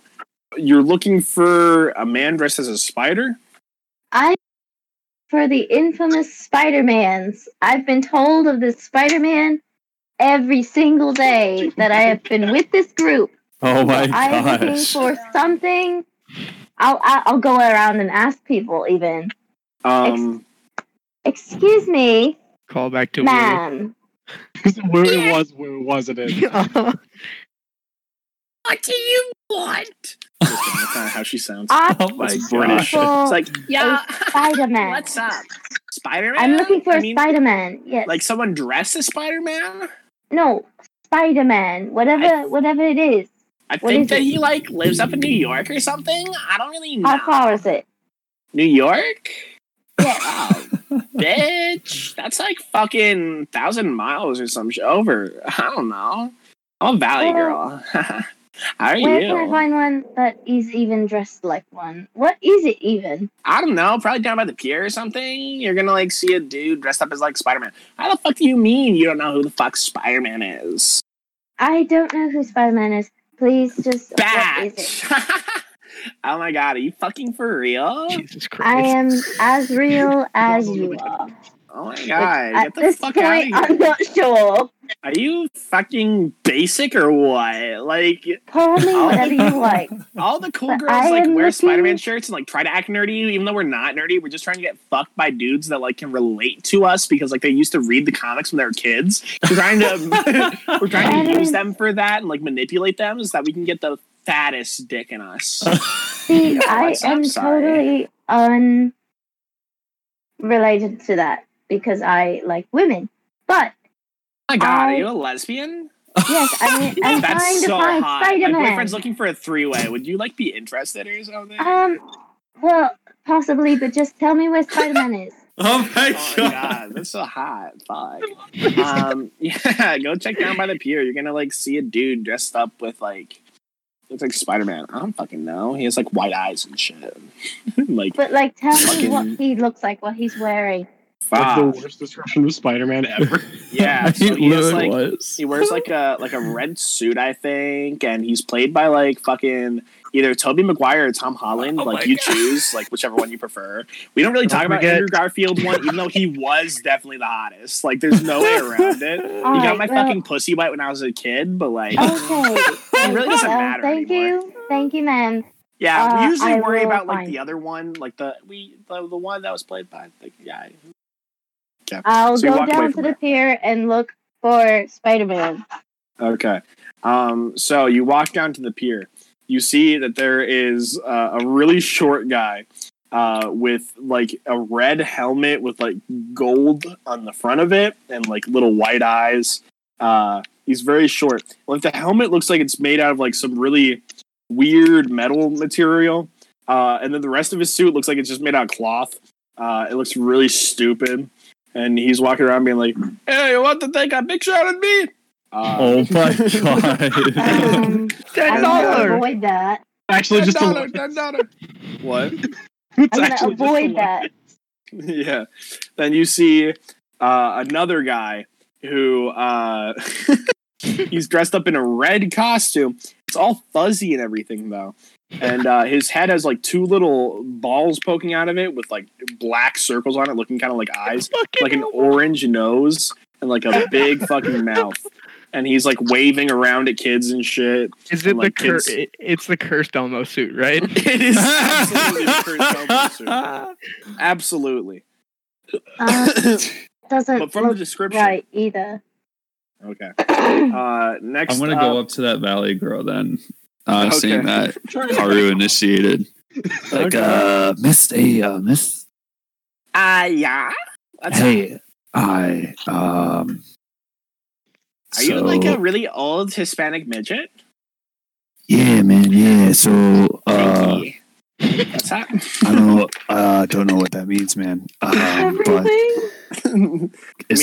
A: you're looking for a man dressed as a spider?
H: I for the infamous Spider Mans. I've been told of this Spider Man every single day that I have been with this group.
B: oh my
H: I am looking
B: gosh.
H: for something. I'll I'll I'll go around and ask people. Even
A: Um
H: excuse me,
E: Call back to Will.
H: ma'am.
D: where it was, where it wasn't. It.
E: Oh,
G: What do you want?
A: that's kinda how she sounds.
H: I
B: Oh my
A: It's British.
B: gosh.
A: It's
H: for
A: like
G: Yeah.
H: Spider
A: Oh.
H: Man.
G: What's up?
A: Spider Man?
H: I'm looking for Spider Man. Yes.
A: like someone dressed as Spider Man?
H: no, Spider Man. Whatever whatever it is.
A: I
H: What
A: think
H: is
A: that
H: it?
A: he like lives up in New York or something. I don't really know.
H: How far is it?
A: New York?
H: Yes.
A: bitch. That's like fucking thousand miles or some shit over. I don't know. I'm a valley girl. How are
H: Where can I
A: you?
H: find one that is even dressed like one? What is it even?
A: I don't know. Probably down by the pier or something. You're gonna like see a dude dressed up as like Spider Man. How the fuck do you mean you don't know who the fuck Spider Man is?
H: I don't know who Spider Man is. Please just what is it?
A: Batch. oh my god, are you fucking for real?
E: Jesus Christ.
H: I am as real as you are.
A: Oh my god,
H: At
A: get the
H: this
A: fuck out of
H: point,
A: here.
H: I'm not sure.
A: Are you fucking basic or what? Like,
H: Call me
A: Oh.
H: whatever you like.
A: All the cool
H: But
A: girls
H: I
A: like
H: am
A: wear
H: looking-
A: Spider-Man shirts and like try to act nerdy, even though we're not nerdy. We're just trying to get fucked by dudes that like can relate to us because like they used to read the comics when they were kids. We're trying to we're trying to
H: Spider-
A: use them for that and like manipulate them so that we can get the fattest dick in us.
H: See, I
A: Yes, I'm
H: am
A: sorry.
H: totally unrelated to that because I like women. But
A: my god,
H: I-
A: are you a lesbian?
H: yes, I, I'm trying
A: That's
H: to
A: so
H: find
A: hot. My boyfriend's
H: Spider-Man.
A: looking for a three-way. Would you like be interested or something? Oh
H: Um, well, possibly, but just tell me where Spider-Man is.
B: Oh my
A: Oh my
B: god.
A: god, that's so hot. Fuck. Um, yeah, go check down by the pier. You're gonna like see a dude dressed up with like looks like Spider Man. I don't fucking know. He has like white eyes and shit. like
H: But like, tell me what
A: Fucking-
H: he looks like, what he's wearing.
D: That's
A: fuck.
D: the worst description of Spider-Man ever.
A: yeah. So
B: It
A: he has,
B: literally
A: like
B: was.
A: he wears like a like a red suit, I think, and he's played by like fucking either Toby Maguire or Tom Holland.
B: Oh my
A: like you
B: God.
A: choose, like whichever one you prefer. We don't really
E: Don't
A: talk about
E: forget-
A: Andrew Garfield one, even though he was definitely the hottest. Like there's no way around it.
H: All
A: He
H: right,
A: got my
H: well, Oh,
A: fucking pussy wet when I was a kid, but like,
H: Okay.
A: it really doesn't
H: well,
A: matter.
H: thank
A: anymore.
H: you, thank you, ma'am.
A: Yeah,
H: Uh,
A: we usually
H: I
A: worry
H: will
A: about like
H: find-
A: the other one, like the we the, the one that was played by the guy.
H: I'll
A: So you
H: go
A: walk away
H: down to
A: from
H: the
A: it.
H: pier and look for Spider-Man.
A: Okay, um, so you walk down to the pier. You see that there is uh, a really short guy uh, with like a red helmet with like gold on the front of it and like little white eyes. Uh, he's very short. Like the helmet looks like it's made out of like some really weird metal material, uh, and then the rest of his suit looks like it's just made out of cloth. Uh, it looks really stupid, and he's walking around being like, "Hey, you want to take a picture of me?" Uh,
B: Oh my god.
H: Um,
E: Ten
H: I'm gonna
E: dollar.
H: avoid that.
D: Actually, just
A: $10,
D: a,
A: $10. What?
D: it's
H: I'm gonna
D: actually just a
H: avoid
D: lie.
H: that.
A: yeah. Then you see uh, another guy who uh, he's dressed up in a red costume. It's all fuzzy and everything though, and uh, his head has like two little balls poking out of it with like black circles on it, looking kind of like eyes, like an orange nose and like a big fucking mouth. And he's like waving around at kids and shit.
E: Is it the
A: Like
E: cur-
A: kids-
E: it, It's the cursed Elmo suit, right?
A: It is absolutely the Kurt Cobain suit. Absolutely.
H: Um, doesn't
A: But from the
H: look
A: description,
H: right either.
A: Okay. Uh, next,
B: I'm gonna go up to that valley girl then. Uh,
A: Okay.
B: Seeing that
A: Sure.
B: Haru initiated, like
A: Okay.
B: uh, Miss A, uh, Miss
A: Ah, yeah. That's
B: Hey, I um.
A: Are you like
B: so-
A: a really old Hispanic midget?
B: Yeah, man. Yeah. So uh,
A: Thank you. What's that?
B: I don't know. Uh, don't know what that means, man. Um, but is uh,
A: Means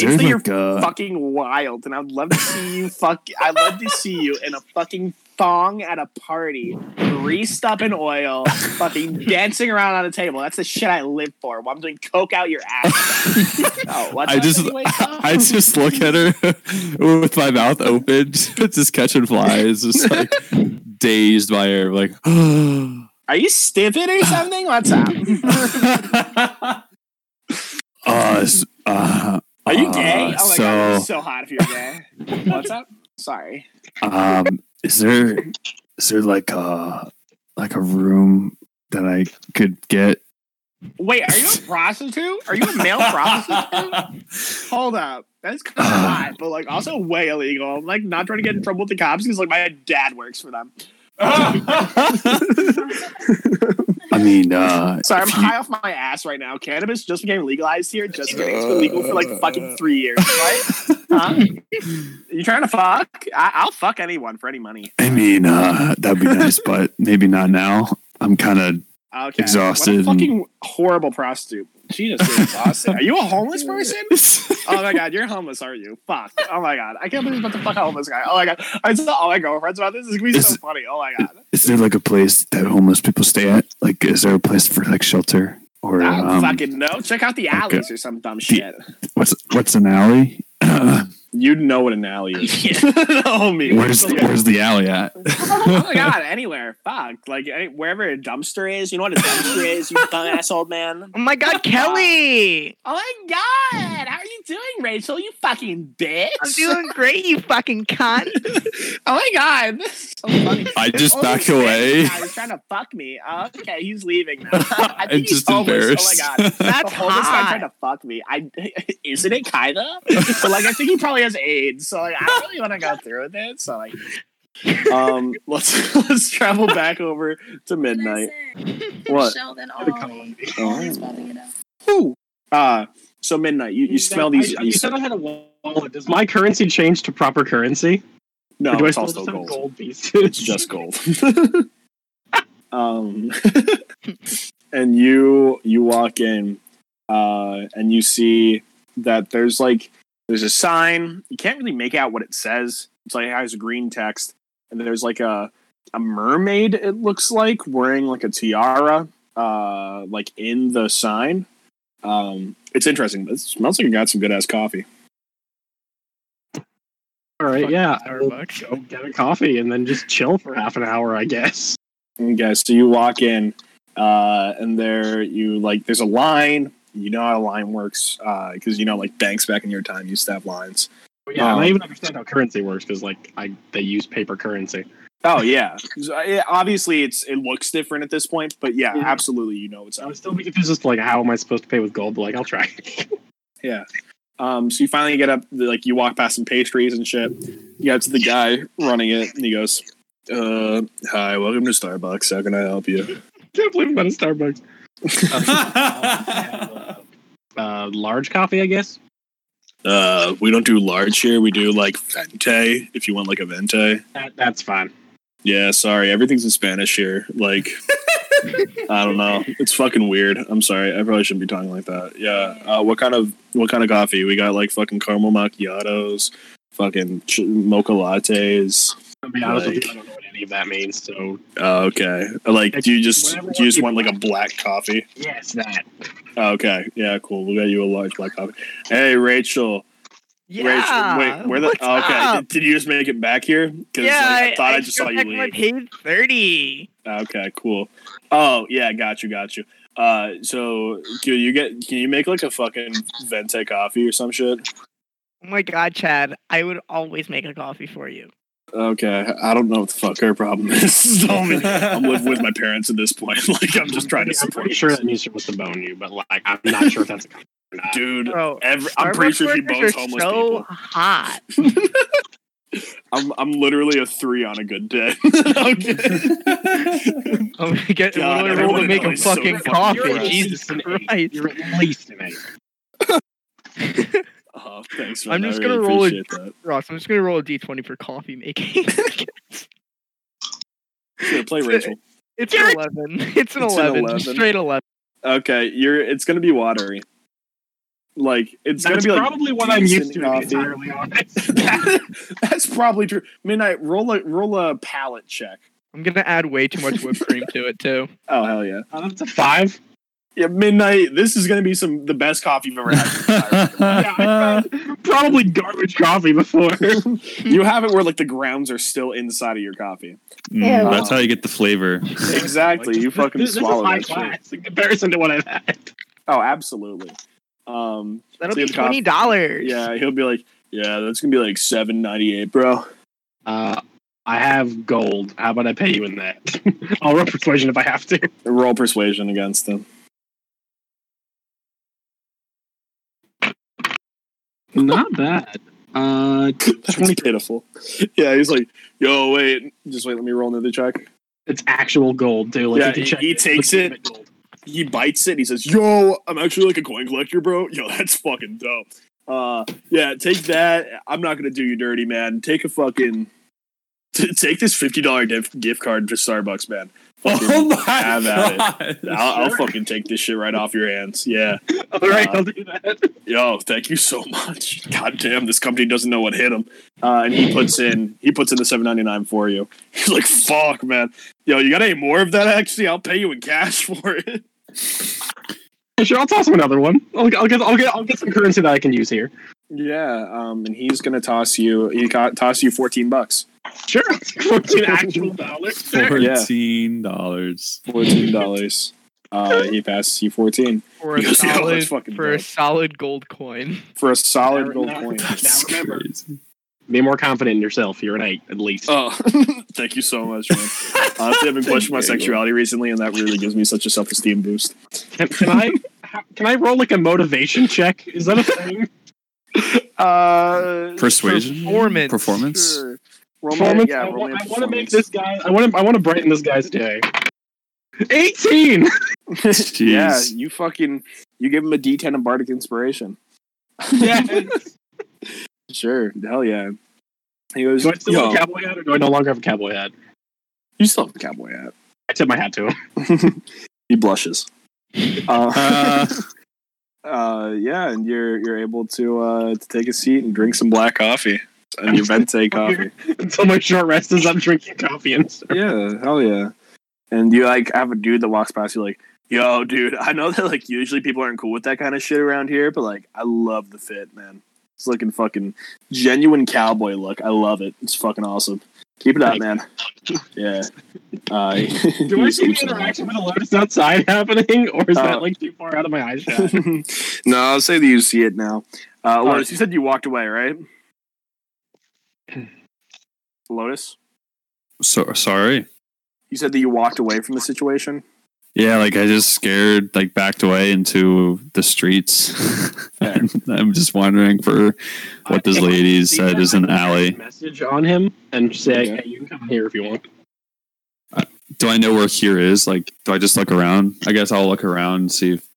B: there
A: that you're
B: like uh,
A: fucking wild, and I'd love to see you fuck. I'd love to see you in a fucking thong at a party, greased up in oil, fucking dancing around on a table. That's the shit I live for. While I'm doing coke out your ass. oh, what's
B: I
A: that
B: just-
A: anyway?
B: I just look at her with my mouth open, just catching flies, just like dazed by her, like.
A: Are you stupid or something? What's up?
B: uh, s- uh,
A: Are you gay?
B: uh,
A: oh my
B: so,
A: god, you're so hot if you're gay. What's up? Sorry.
B: um, is there is there like a like a room that I could get?
A: Wait, are you a prostitute? Are you a male prostitute? Hold up. That's kind of hot, but like also way illegal. I'm like not trying to get in trouble with the cops because like my dad works for them.
B: I mean, uh,
A: Sorry, I'm
B: if you-
A: high off my ass right now. Cannabis just became legalized here. Just kidding. It's been legal for like fucking three years, right? Huh? You trying to fuck? I- I'll fuck anyone for any money.
B: I mean, uh, that'd be nice, but maybe not now. I'm kind of
A: Okay.
B: Exhausted.
A: What a fucking horrible prostitute. Jesus, you're exhausted. Are you a homeless person? Oh my god, you're homeless, aren't you? Fuck. Oh my god, I can't believe I'm about to fuck a homeless guy. Oh my god, I saw all my girlfriends about this. It's gonna be so
B: Is-
A: funny. Oh my god.
B: Is there like a place that homeless people stay at? Like, is there a place for like shelter or
A: I don't
B: um,
A: fucking know. Check out the alleys or some dumb shit.
B: what's what's an alley?
A: You know what an alley is. oh me.
B: where's where's the alley at?
A: Oh my god, anywhere. Fuck. Like any, wherever a dumpster is. You know what a dumpster is, you dumbass old man.
E: Oh my God, Kelly!
A: Oh my god, how are you doing, Rachel? You fucking bitch.
E: I'm doing great, you fucking cunt.
A: Oh my god, this is so funny.
B: I
A: This
B: just
A: old
B: back
A: Hispanic
B: away.
A: guy is trying to fuck me. Oh, okay, he's leaving now. I
B: I'm
A: think he's
B: just
A: homeless.
B: embarrassed.
A: Oh my god.
E: That's
A: the homeless guy tried to
E: hot.
A: fuck me. I isn't it kinda? but like I think he probably has AIDS, so like I don't really want to go through with it. So like Um, let's let's travel back over to midnight. What?
G: Sheldon
D: Ollie.
G: Ollie.
A: Ollie's
G: Ollie's about to get out.
A: Whew. Uh, so midnight. You, you smell these.
D: I,
A: you
D: you said
A: smell-
D: I had a wallet. Does my currency change to proper currency?
A: no,
D: Or do I
A: it's
D: still
A: also
D: just have
A: gold.
D: gold pieces?
A: It's just gold. um, and you you walk in, uh, and you see that there's like there's a sign. You can't really make out what it says. It's like it has green text, and there's like a a mermaid. It looks like wearing like a tiara, uh, like in the sign. Um, it's interesting. but It smells like it got some good ass coffee.
D: All right,
E: Fucking
D: yeah. I will
E: Starbucks.
D: go get a coffee and then just chill for half an hour, I guess.
A: Okay, so you walk in, uh, and there you like there's a line. You know how a line works because you know like banks back in your time used to have lines.
D: But Oh, yeah, and I
A: Um,
D: even understand how currency works because like I they use paper currency.
A: Oh yeah, So, I- obviously it's it looks different at this point, but yeah,
D: Mhm.
A: absolutely you know it's
D: So I
A: up.
D: would still be confused as to like how am I supposed to pay with gold? But like I'll try.
A: Um, so you finally get up, like you walk past some pastries and shit. You get up to the guy running it, and he goes, uh, "Hi, welcome to Starbucks. How can I help you?"
D: Can't believe I'm at a Starbucks. Oh,
B: That's
D: Uh, large coffee, I guess.
A: Uh, we don't do large here. We do like vente. If you want like a vente.
D: That, that's fine.
A: Yeah, sorry. Everything's in Spanish here. Like, I don't know. It's fucking weird. I'm sorry. I probably shouldn't be talking like that. Yeah. Uh, what kind of what kind of coffee? We got like fucking caramel macchiatos, fucking ch- mocha lattes.
D: I'll be honest with
A: Like-
D: you, I don't know what any of that means. So
A: Uh, okay. Like, do you just do you just want like a black coffee? Uh,
D: yes, that.
A: Okay. Yeah. Cool. We'll get you a large black coffee. Hey, Rachel.
E: Yeah.
A: Rachel, wait. Where the?
E: what's
A: oh, okay.
E: up?
A: Did you just make it back here? Because
E: Yeah,
A: I thought I, just saw
E: drew
A: you
E: back
A: leave.
E: My paid thirty.
A: Okay, cool. Oh yeah, got you, got you. Uh, so can you get can you make like a fucking vente coffee or some shit?
E: Oh my god, Chad! I would always make a coffee for you.
A: Okay, I don't know what the fuck her problem is. Tell me. I'm living with my parents at this point. Like I'm just trying to
D: I'm
A: support.
D: pretty sure that means you're supposed to bone you, but like I'm not sure if that's a coffee or not.
A: dude.
E: Bro,
A: Every, I'm pretty
E: Uh, Starbucks
A: sure he bones
E: workers are
A: homeless
E: so
A: people.
E: hot.
A: I'm I'm literally a three on a good day. okay.
E: Oh my
A: God,
E: god! what do I roll
A: everyone
E: to make
A: in
E: a
A: LA is so
E: fucking
A: fucking
E: coffee?
A: gross.
E: Jesus
D: You're at least an eight.
E: Christ!
D: You're at least an eight.
A: Oh, thanks.
E: I'm
A: man. I really
E: just gonna roll a-
A: appreciate that.
E: Ross, I'm just gonna roll a d20 for coffee making.
A: Here, play Rachel.
E: It's an eleven. It's an
A: It's an
E: eleven.
A: 11.
E: Straight eleven.
A: Okay, you're. It's gonna be watery. Like it's
D: That's
A: gonna be like
D: probably what I'm used to.
A: decent
D: to be
A: coffee.
D: entirely honest.
A: That's probably true. Midnight, roll a roll a palate check.
E: I'm gonna add way too much whipped cream to it too.
A: Oh hell yeah!
D: Uh, that's a five.
A: Yeah, midnight. This is gonna be some the best coffee you've ever had.
D: yeah, probably garbage coffee before.
A: you have it where like the grounds are still inside of your coffee.
H: Ew.
B: Mm, how you get the flavor.
A: Exactly. you fucking
D: this, this
A: swallow
D: is high
A: that shit.
D: class in comparison to what I've had.
A: Oh, absolutely. Um,
E: That'll
A: So you
E: be
A: have coffee.
E: twenty dollars.
A: yeah, he'll be like, yeah, that's gonna be like seven ninety eight, bro.
D: Uh, I have gold. How about I pay you in that? I'll roll persuasion if I have to.
A: Roll persuasion against him.
D: Not bad. Uh,
A: That's pitiful. Yeah, he's like, yo, wait, just wait, let me roll another check.
D: it's actual gold too. Like
A: Yeah,
D: you can
A: he-
D: check
A: he
D: it's
A: takes
D: legitimate gold.
A: he bites it and he says, Yo, I'm actually like a coin collector, bro. Yo, that's fucking dope. Uh yeah, take that. I'm not gonna do you dirty, man. Take a fucking t- take this fifty dollar gift gift card to Starbucks, man. Fucking-
B: Oh my
A: Have at
B: god!
A: I'll, I'll fucking take this shit right off your hands. Yeah.
D: All right,
A: Uh,
D: I'll do that.
A: Yo, thank you so much. God damn, this company doesn't know what hit him. Uh, and he puts in he puts in the seven ninety nine for you. He's like, fuck, man. Yo, you got any more of that? Actually, I'll pay you in cash for it.
D: Sure, I'll toss him another one. I'll, I'll get, I'll get, I'll get some currency that I can use here.
A: Yeah, um, and he's gonna toss you. He got, toss you fourteen bucks.
D: Sure, fourteen actual dollars. Sure.
B: Fourteen dollars.
A: Fourteen dollars. uh, he passes you fourteen
E: For a
A: Yo, that's
E: solid,
A: fucking
E: for a
A: dope.
E: solid gold coin.
A: for a solid
D: Now-
A: gold
D: now-
A: coin.
B: That's
D: Now remember.
B: crazy.
D: Be more confident in yourself. You're an eight, at least.
A: Oh, thank you so much, man. Honestly, I've been pushing my sexuality recently, and that really gives me such a self esteem boost.
D: Can, can I how- can I roll like a motivation check? Is that a thing?
A: Uh,
B: Persuasion.
E: Performance.
B: Performance.
A: sure. Roll me,
D: Performance-
A: yeah,
D: I,
A: roll me a
D: want to make
A: performance.
D: this guy. I want to. I want to brighten this guy's day. Eighteen.
B: Jeez.
A: Yeah, you fucking you give him a D10 and bardic inspiration.
D: Yes.
A: Sure, hell yeah. He goes,
D: do I still
A: Yo,
D: have a cowboy hat, or do I no longer have a cowboy hat?
A: you still have the cowboy hat.
D: I tip my hat to him.
A: he blushes. Uh,
B: Uh,
A: uh, yeah, and you're you're able to uh, to take a seat and drink some black coffee and your vente coffee.
D: Until my short rest is I'm drinking coffee and stuff.
A: Yeah, hell yeah. And you like have a dude that walks past you like, yo, dude, I know that like usually people aren't cool with that kind of shit around here, but like I love the fit, man. It's looking fucking genuine cowboy look. I love it. It's fucking awesome. Keep it up, man. Yeah. Uh,
D: Do I see any interaction with the lotus outside happening, or is
A: Uh,
D: that like too far out of my eye shot?
A: no, I'll say that you see it now. Uh, Lotus,
D: Alright.
A: you said you walked away, right? Lotus,
B: so sorry.
A: you said that you walked away from the situation.
B: Yeah, like I just scared, like backed away into the streets. And I'm just wondering for what this
D: If I
B: lady
D: see
B: said
D: him,
B: is
D: I
B: an
D: can cast
B: alley.
D: a Message on him and say,
A: Okay.
D: "Hey, you can come here if you want."
B: Do I know where here is? Like, do I just look around? I guess I'll look around and see if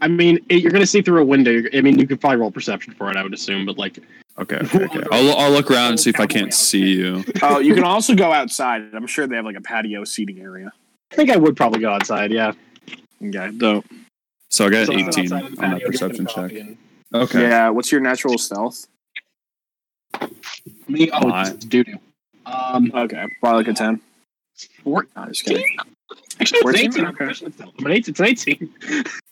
D: I mean, it, you're gonna see through a window. You're- I mean, you could probably roll perception for it, I would assume, but like,
B: Okay, okay, okay. I'll, I'll look around and see if I can't see you.
A: Oh, you can also go outside. I'm sure they have like a patio seating area.
D: I think I would probably go outside. Yeah,
A: Okay, dope.
B: So I got
D: So
B: an
D: I'll sit
B: 18
D: outside the
B: on that
D: patio, get some
B: perception check.
D: coffee and-
B: Okay.
A: Yeah, what's your natural stealth?
D: Me, oh,
B: Alright.
D: it's doo doo. Um,
A: Okay, probably like a ten.
D: four,
A: No, just kidding.
D: actually, it's an
A: 14?
D: eighteen.
A: Okay.
D: I'm an eighteen. It's an eighteen.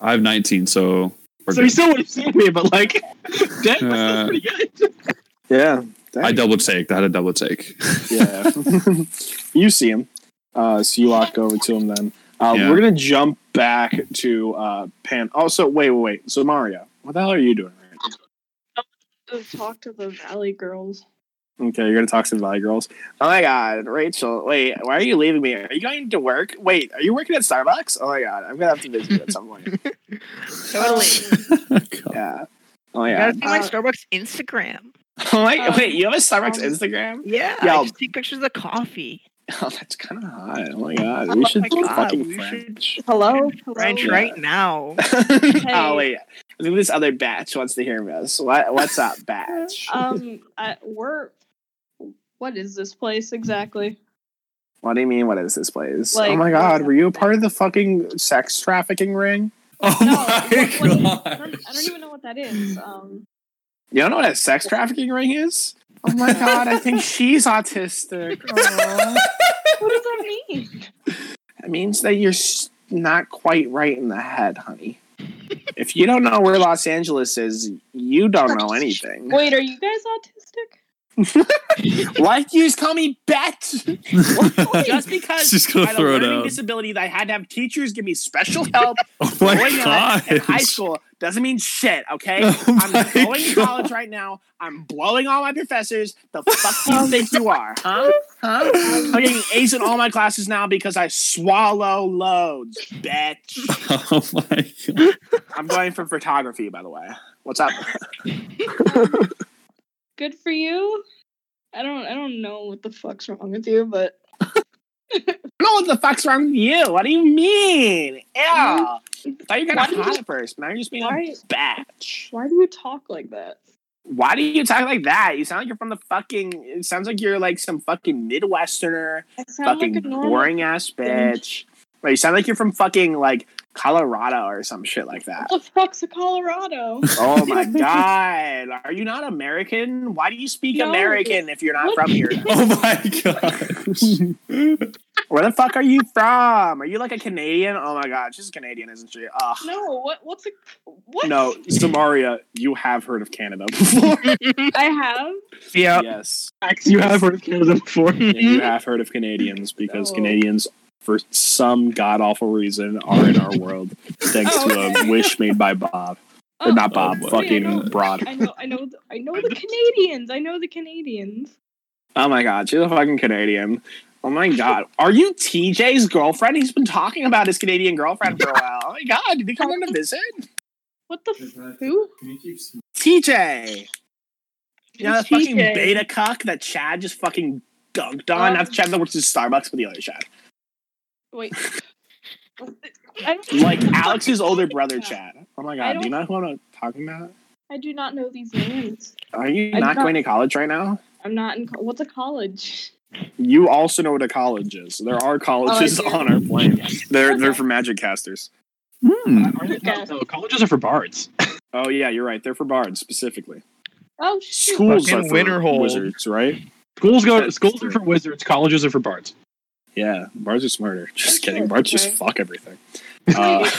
B: I have 19, so we're
D: so he
B: good.
D: still would have seen me, but like, damn, that's
B: Uh,
D: pretty good.
A: Yeah,
B: I double take. I had a double take.
A: yeah. you see him. Uh, so you walk over to him then. Uh,
B: Yeah.
A: We're going to jump back to uh, Pan. Oh, so wait, wait, wait. So, Mario, what the hell are you doing? right
F: Talk to the Valley girls.
A: now? Okay, you're going to talk to the Valley Girls. Oh my God, Rachel, wait, why are you leaving me? Are you going to work? Wait, are you working at Starbucks? Oh my God, I'm going to have to visit you at some point.
E: Totally.
B: God.
A: Yeah. Oh
E: I
A: yeah.
E: gotta see my Starbucks Instagram.
A: Oh my, wait, you have a Starbucks
F: um,
A: Instagram?
E: Yeah,
A: Yeah.
E: I just take pictures of coffee.
A: Oh, that's kind of hot. Oh my God,
E: Oh
A: we
E: my
A: should
E: God,
A: fucking
E: we
A: friends.
F: Hello?
E: French
A: yeah.
E: right now.
A: oh wait, I think this other batch wants to hear us. What what's up, batch?
F: Um, I, we're. What is this place exactly?
A: what do you mean? What is this place? oh
F: Like-
A: my god, were you a part of the fucking sex trafficking ring?
B: Oh
F: No,
B: my
F: what-
B: god.
F: what- I, don't, I don't even know what that is. Um,
A: You don't know what a sex trafficking ring is? Oh my god, I think she's autistic. Aw.
F: what does that mean?
A: That means that you're s- not quite right in the head, honey. If you don't know where Los Angeles is, you don't know anything.
F: Wait, are you guys autistic?
A: Why do you just call me Bet? Just because
B: She's gonna
A: I had a
B: throw it
A: learning
B: out.
A: disability that I had to have teachers give me special help
B: Oh my
A: going
B: god.
A: on in high school doesn't mean shit, okay?
B: Oh
A: I'm
B: my
A: going to
B: God.
A: college right now. I'm blowing all my professors. The fuck do you think you are, huh? Huh? I'm getting A's in all my classes now because I swallow loads, bitch.
B: Oh my god.
A: I'm going for photography, by the way. What's up?
F: Good for you. I don't. I don't know what the fuck's wrong with you, but
A: No, what the fuck's wrong with you? What do you mean? Ew. I thought Hmm? you were kind of hot at first. Now you're just being
F: why?
A: a bitch.
F: Why do you talk like that?
A: Why do you talk like that? You sound like you're from the fucking. It sounds like you're like some fucking Midwesterner,
F: I sound
A: fucking
F: like a normal.
A: boring ass bitch. Or you sound like you're from fucking like Colorado or some shit like that.
F: What the fuck's a Colorado?
A: Oh my god, are you not American? Why do you speak
F: No.
A: American if you're not
F: What?
A: from here?
B: Oh my god.
A: Where the fuck are you from? Are you like a Canadian? Oh my god, she's Canadian, isn't she? Ugh.
F: no. What? What's a? What?
A: No, Samaria, you have heard of Canada before.
F: I have.
E: Yeah.
A: yes.
D: Max, you have heard of Canada before.
A: Yeah, you have heard of Canadians because
F: Oh.
A: Canadians, for some god awful reason, are in our world thanks
F: Oh,
A: to a
F: okay.
A: wish made by Bob.
F: Oh,
A: or not Bob,
B: Oh, boy.
A: fucking
F: Yeah, I know.
A: Broad.
F: I know. I know. th- I know the Canadians. I know the Canadians.
A: Oh my god, she's a fucking Canadian. Oh my god, are you TJ's girlfriend? He's been talking about his Canadian girlfriend for a while. Oh my god, did he come in to visit?
F: What the? F- who?
A: TJ. You know that
F: She
A: fucking
F: did.
A: beta cock that Chad just fucking dunked on?
F: Oh.
A: That's Chad that works at Starbucks with the other Chad.
F: Wait. I don't-
A: Like Alex's older brother,
F: Yeah.
A: Chad. Oh my
F: I
A: god, do you
F: don't-
A: know who I'm talking about?
F: I do not know these names.
A: Are you
F: I do
A: not
F: not-
A: going to college right now?
F: I'm not in. Co- What's a college?
A: You also know what a college is. There are colleges
F: Oh, I do.
A: on our plane. They're they're
F: Okay.
A: for magic casters.
B: Hmm.
F: Yeah.
D: No, colleges are for bards.
A: Oh yeah, you're right. They're for bards specifically.
F: Oh shoot!
A: Schools
E: Fucking
A: are for
E: Winterhold.
A: wizards, right?
D: Schools go.
A: That's
D: schools
A: true.
D: are for wizards. Colleges are for bards.
A: Yeah, bards are smarter. Just
F: Okay,
A: kidding. Bards just
F: okay.
A: fuck everything. Uh,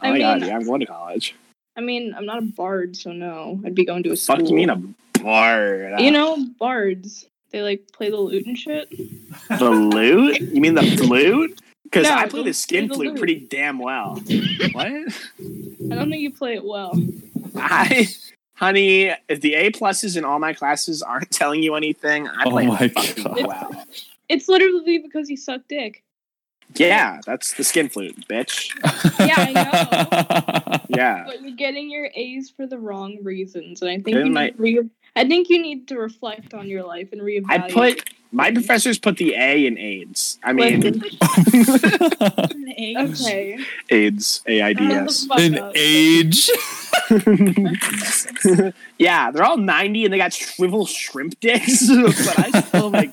F: I
A: oh my god,
F: mean-
A: yeah, I'm going to college.
F: I mean, I'm not a bard, so no. I'd be going to a school.
A: Fuck you mean a bard?
F: You know, bards. They like play the lute and shit.
A: the lute? You mean the flute? Because
F: No,
A: I play the
F: the-
A: skin
F: the
A: flute
F: lute.
A: pretty damn well. what?
F: I don't think you play it well.
A: I, honey, if the A pluses in all my classes aren't telling you anything, I
B: Oh
A: play
B: my
A: fucking
B: God.
A: well.
F: It's literally because you suck dick.
A: Yeah, that's the skin flute, bitch.
F: Yeah, I
A: Yeah.
F: But you're getting your A's for the wrong reasons, and I think
A: Then
F: you
A: my-
F: need re- I think you need to reflect on your life and reevaluate.
A: I put my professors put the A in AIDS. I mean
F: okay.
A: AIDS, A I D
F: Shut the
A: S.
F: fuck
B: In
F: up.
B: age.
A: Yeah, they're all ninety and they got shrivel shrimp dicks, but I still make.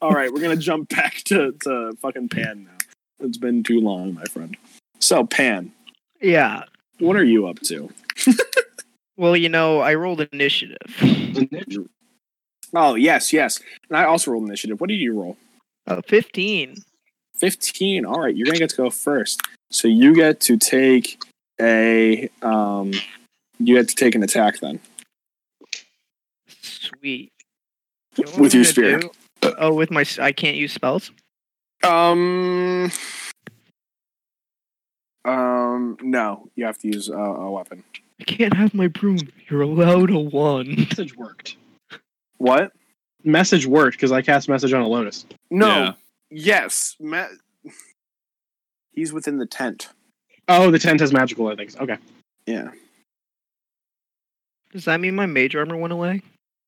A: All right, we're gonna jump back to to fucking Pan now. It's been too long, my friend. So Pan,
E: Yeah.
A: what are you up to?
E: Well, you know, I rolled initiative.
A: Oh yes, yes. And I also rolled initiative. What did you roll?
E: Uh, 15.
A: Fifteen. All right, you're gonna get to go first. So you get to take a um, you get to take an attack then.
E: Sweet. You know what
A: With
E: I'm
A: your
E: gonna
A: spear.
E: do? Oh, with my. s- I can't use spells?
A: Um. Um. No, you have to use uh, a weapon.
E: I can't have my broom. You're allowed a one.
D: Message worked.
A: What?
D: Message worked because I cast message on Alonis.
A: No.
B: Yeah.
A: Yes. Ma- He's within the tent.
D: Oh, the tent has magical things. Okay.
A: Yeah.
E: Does that mean my mage armor went away?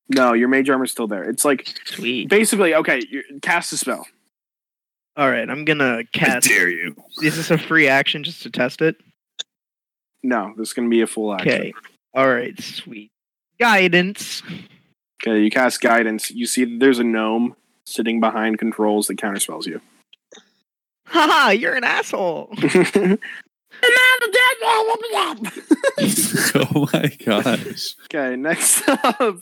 A: No, your mage armor's still there. It's like
E: Sweet.
A: basically okay. You cast a spell.
E: All right, I'm gonna cast.
B: you?
E: Is this a free action just to test it?
A: No, this is gonna be a full action.
E: Okay. All right, sweet. Guidance.
A: Okay, you cast guidance. You see that there's a gnome sitting behind controls that counterspells you.
E: Haha, you're an asshole.
B: oh my gosh.
A: okay, next up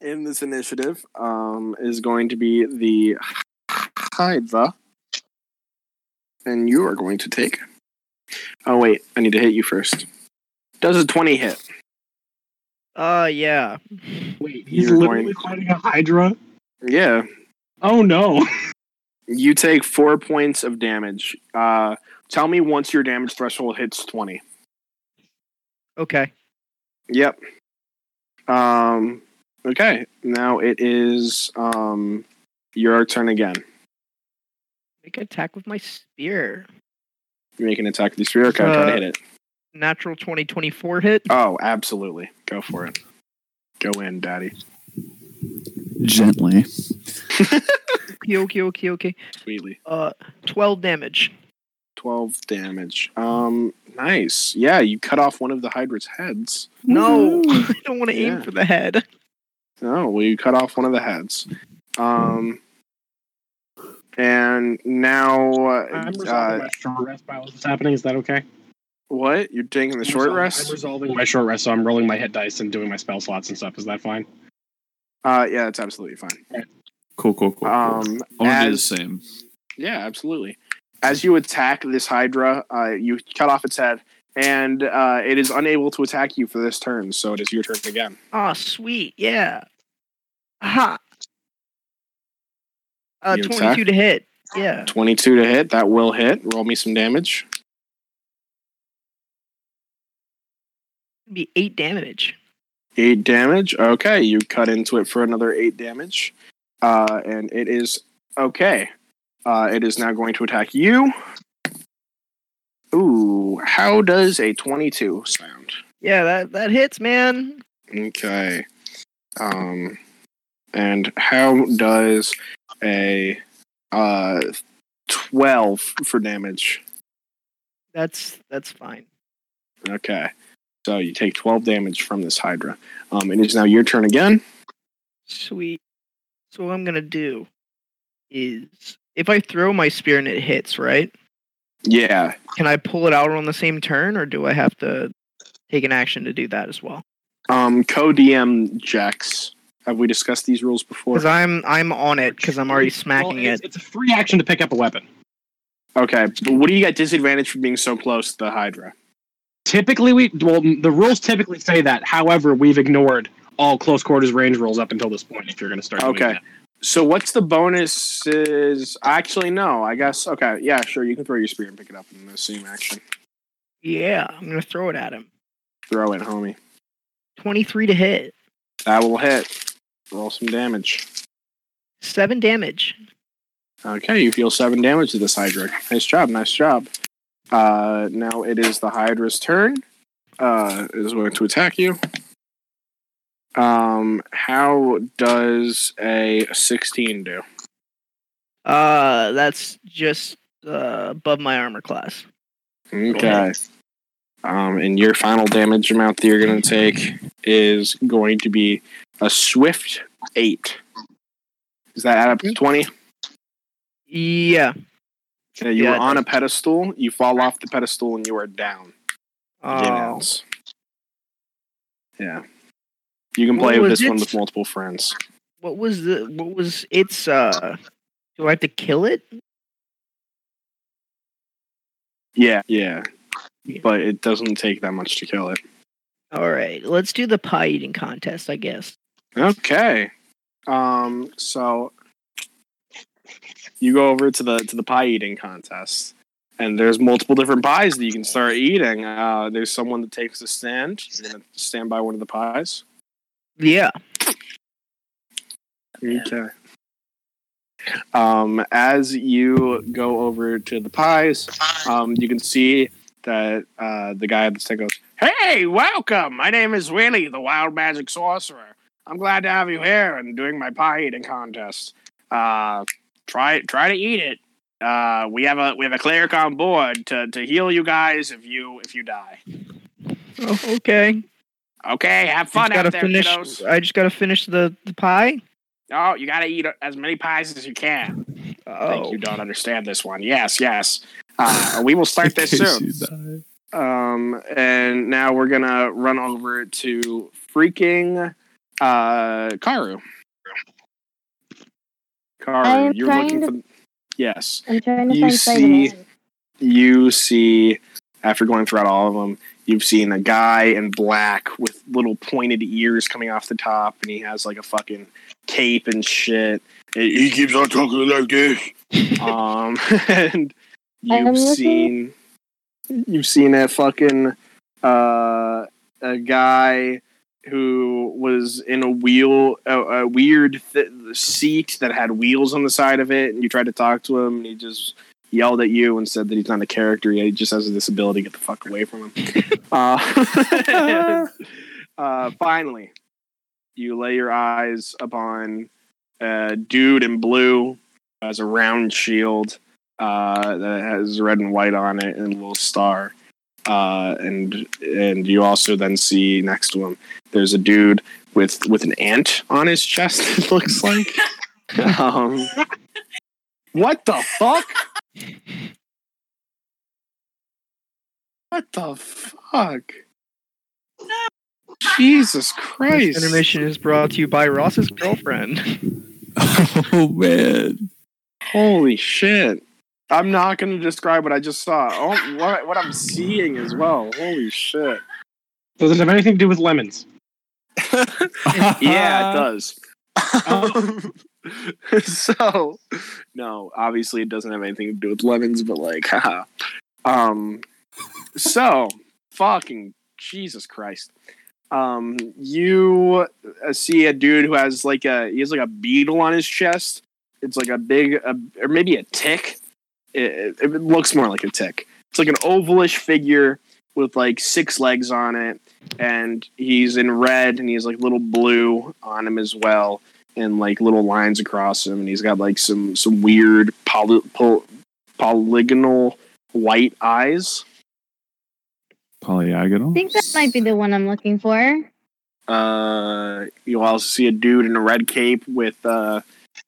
A: in this initiative um, is going to be the Hydra. And you are going to take. Oh, wait, I need to hit you first. Does a 20 hit?
E: Uh, yeah.
D: Wait, he's
A: You're
D: literally
A: going-
D: fighting a Hydra.
A: Yeah.
D: Oh no.
A: You take four points of damage. Uh, tell me once your damage threshold hits 20.
E: Okay.
A: Yep. Um, okay, now it is um, your turn again.
E: Make an attack with my spear.
A: You make an attack with your spear. Okay, try to hit it.
E: Natural 2024 hit.
A: Oh, absolutely. Go for it. Go in, daddy.
B: Gently.
E: Okay, okay, okay, okay.
A: Sweetly.
E: Uh, 12 damage.
A: 12 damage. Um, nice. Yeah, you cut off one of the Hydra's heads.
E: No,
F: Um,
E: I don't want to
A: Yeah.
E: aim for the head.
A: Oh, well, you cut off one of the heads. Um, and now,
D: I'm
A: uh,
D: resolving my short rest while this is happening. Is that okay?
A: what? You're taking the
D: I'm
A: short
D: resolving- I'm
A: rest?
D: resolving my short rest, so I'm rolling my hit dice and doing my spell slots and stuff. Is that fine?
A: Uh, yeah, that's absolutely fine.
B: Cool, cool, cool. cool.
A: Um,
B: I want to do the
A: as
B: same.
A: Yeah, absolutely. As you attack this Hydra, uh, you cut off its head, and uh, it is unable to attack you for this turn, so it is your turn again.
E: Aw, Ah, sweet. Yeah. Aha. Uh,
A: You
E: 22
A: attack?
E: to hit. Yeah.
A: 22 to hit, that will hit. Roll me some damage.
E: Be 8 damage.
A: 8 damage. Okay, you cut into it for another 8 damage. Uh, and it is okay. Uh, it is now going to attack you. Ooh, how does a 22 sound?
E: Yeah, that, that hits, man.
A: Okay. Um, and how does a uh, 12 for damage?
E: That's that's fine.
A: Okay. So you take 12 damage from this Hydra. Um, it is now your turn again.
E: Sweet. So what I'm gonna do is if I throw my spear and it hits, right?
A: Yeah.
E: Can I pull it out on the same turn, or do I have to take an action to do that as well?
A: Um, co DM Jax. Have we discussed these rules before?
E: Because I'm I'm on it because I'm already smacking
D: Well,
E: it.
D: it's, it's a free action to pick up a weapon.
A: Okay. But what do you get disadvantage for being so close to the Hydra?
D: Typically, we well the rules typically say that. However, we've ignored all close quarters range rules up until this point. If you're going to start, doing
A: Okay.
D: that.
A: So what's the bonuses? Actually, no. I guess. Okay. Yeah. Sure. You can throw your spear and pick it up in the same action.
E: Yeah, I'm gonna throw it at him.
A: Throw it, homie.
E: Twenty three to hit,
A: That will hit. Roll some damage.
E: seven damage.
A: Okay, you deal seven damage to this Hydra. Nice job, nice job. Uh, now it is the Hydra's turn. Uh, it is going to attack you. Um, how does a 16 do?
E: Uh, that's just uh, above my armor class.
A: Okay. Um, and your final damage amount that you're going to take is going to be a swift 8. Does that add up
E: Mm-hmm.
A: to 20?
E: Yeah.
A: Okay, Uh, you
E: Yeah,
A: were
E: it
A: on a pedestal, you fall off the pedestal, and you are down. Jane
E: Oh,
A: Adams. Yeah. You can
E: What
A: play with
E: was
A: this one
E: it?
A: with multiple friends.
E: what was the what was its uh? Do I have to kill it?
A: Yeah, yeah.
E: Yeah.
A: But it doesn't take that much to kill it.
E: All right, let's do the pie eating contest. I guess.
A: Okay. Um so you go over to the to the pie eating contest. And there's multiple different pies that you can start eating. Uh, there's someone that takes a stand. You're gonna stand by one of the pies.
E: Yeah.
A: Okay. Um, as you go over to the pies, um, you can see that uh, the guy at the stand goes, "Hey, welcome! My name is Willie, the Wild Magic Sorcerer. I'm glad to have you here and doing my pie eating contest. Uh, try try to eat it. Uh, we have a we have a cleric on board to, to heal you guys if you if you die.
E: Oh, okay.
A: Okay, have
E: Just
A: fun
E: gotta
A: out there,
E: finish-
A: kiddos.
E: I just gotta finish the the pie.
A: Oh, you gotta eat as many pies as you can." I think
E: Oh,
A: you don't understand this one. Yes, yes. Uh, we will start this
J: In case
A: soon.
J: you die.
A: Um, and now we're gonna run over to freaking uh Karu. Karu,
H: I'm
A: you're looking
H: trying
A: for. Yes,
H: I'm trying to
A: You
H: find
A: see-
H: Spider-Man.
A: you see. After going throughout all of them, you've seen a guy in black with little pointed ears coming off the top, and he has like a fucking cape and shit. He keeps on talking like this. Um, and
H: I'm
A: you've
H: looking-
A: seen you've seen a fucking uh, a guy who was in a wheel a, a weird th- seat that had wheels on the side of it, and you tried to talk to him, and he just yelled at you and said that he's not a character. He just has this ability. Get the fuck away from him. uh, uh, finally, you lay your eyes upon a dude in blue who has a round shield uh, that has red and white on it and a little star. Uh, and and you also then see next to him there's a dude with with an ant on his chest. It looks like. um, what the fuck? What the fuck? Jesus
E: this
A: Christ!
E: intermission is brought to you by Ross's girlfriend.
J: oh man.
A: Holy shit. I'm not going to describe what I just saw. Oh, what, what I'm seeing as well. Holy shit.
D: Does it have anything to do with lemons?
A: Yeah, it does. Um, so, no, obviously it doesn't have anything to do with lemons, but like, haha. Um, so, fucking Jesus Christ. Um, you uh, see a dude who has like a he has like a beetle on his chest. It's like a big, a, or maybe a tick. It, it, it looks more like a tick. It's like an ovalish figure with like six legs on it, and he's in red, and he's like little blue on him as well, and like little lines across him, and he's got like some some weird poly, pol- polygonal white eyes.
B: Polyagonal.
H: I think that might be the one I'm looking for.
A: Uh, you'll also see a dude in a red cape with uh,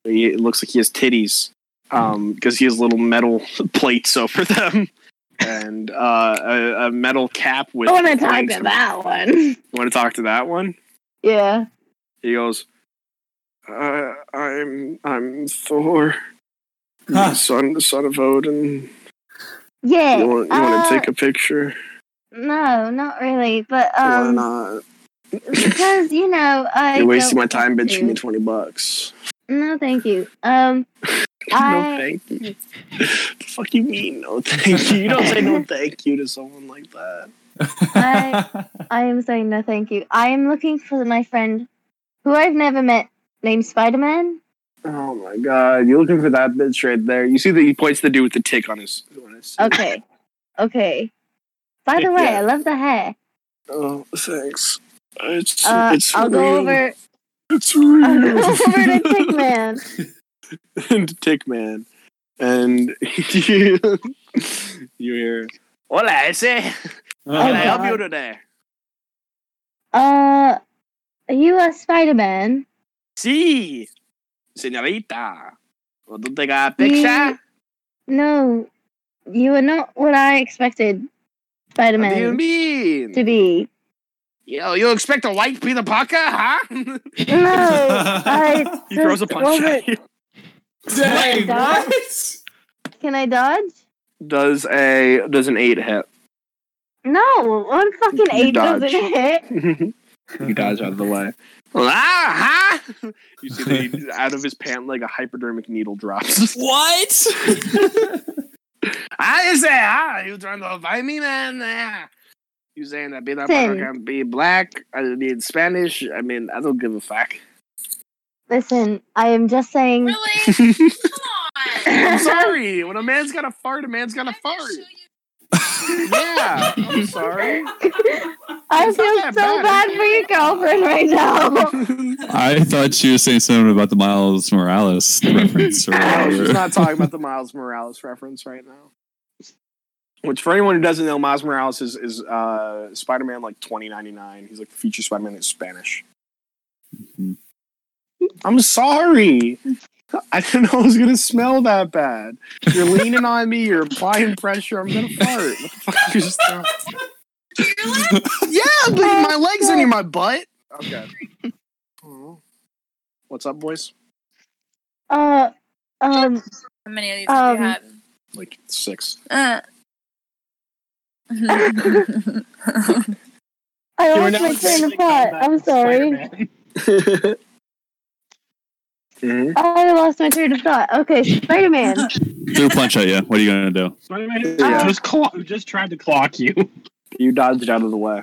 A: he, it looks like he has titties, um, because he has little metal plates over them, and uh, a, a metal cap with.
K: I want to talk
A: flames
K: to that one.
A: Want to talk to that one?
K: Yeah.
A: He goes, uh, "I'm I'm Thor,
B: Huh.
A: son son of Odin.
H: Yeah.
A: You want, you
H: uh,
A: want to take a picture?
H: No, not really. But
A: Why
H: um,
A: not?
H: because you know, I
A: You're wasting
H: don't
A: my time
H: want
A: bitching me
H: to.
A: twenty bucks.
H: No, thank you. Um,
A: no
H: I
A: thank you. the fuck you mean no thank you? You don't say no thank you to someone like that.
H: I- I am saying no, thank you. I am looking for my friend, who I've never met, named Spider Man.
A: Oh my god, you're looking for that bitch right there. You see that he points to the dude with the tick on his. On his
H: Okay, okay. By the way, I love the hair.
A: Oh, thanks. It's,
H: Uh,
A: it's
H: I'll
A: real.
H: go over.
A: It's
H: I'll
A: real.
H: go over to Tick Man.
A: and Tick Man. And you, you hear, Hola, ese. Can I help you today?
H: Uh, you are Spider Man.
A: Sí, señorita. Well, do take a
H: You-
A: picture?
H: No, you are not what I expected Spider
A: What do you
H: Man
A: mean?
H: to be.
A: Yo, you expect a white Peter Parker, huh?
H: No, I.
A: he throws a
H: took
A: punch
H: over-
A: at you.
H: Dang, Can I dodge?
A: Does a does an eight hit?
H: No, one fucking
A: You
H: eight
A: dodge.
H: doesn't hit.
A: you dodge out of the way. Ah, huh? You see that he, out of his pant leg a hypodermic needle drops.
G: What?
A: I say, ah, you trying to fight me, man? Ah. You saying that Peter Parker
H: Listen.
A: can be black? I mean Spanish. I mean, I don't give a fuck.
H: Listen, I am just saying.
G: Really? Come on.
A: I'm sorry. When a man's got a fart, a man's got a
G: I'm gonna
A: fart.
G: show you-
A: Yeah, I'm sorry.
H: I
A: It's not
H: feel
A: that
H: so
A: bad,
H: bad for your girlfriend right now.
B: I thought she was saying something about the Miles Morales reference. Or
A: No, she's
B: whatever.
A: not talking about the Miles Morales reference right now. Which, for anyone who doesn't know, Miles Morales is, is uh, Spider Man like 2099. He's like the future Spider Man in Spanish.
B: Mhm.
A: I'm sorry. I didn't know it was going to smell that bad. You're leaning on me. You're applying pressure. I'm going to fart. What the fuck is that? Yeah, I'm leaning my legs are near my butt. Okay. Aw. What's up, boys?
H: uh, um,
G: How many of these
H: Um,
G: have
A: Like six.
G: you had? Oh, Uh.
H: I
D: You
H: lost my
D: were now
H: train of
D: officially coming
H: thought.
D: back
H: I'm
D: to
H: sorry.
D: Spider-Man.
A: Mhm.
H: I lost my train of thought. Okay, Spider Man.
B: Threw a punch at you. What are you gonna do?
D: Spider-Man who
A: Yeah.
D: just, clock, who just tried to clock you.
A: You dodged out of the way.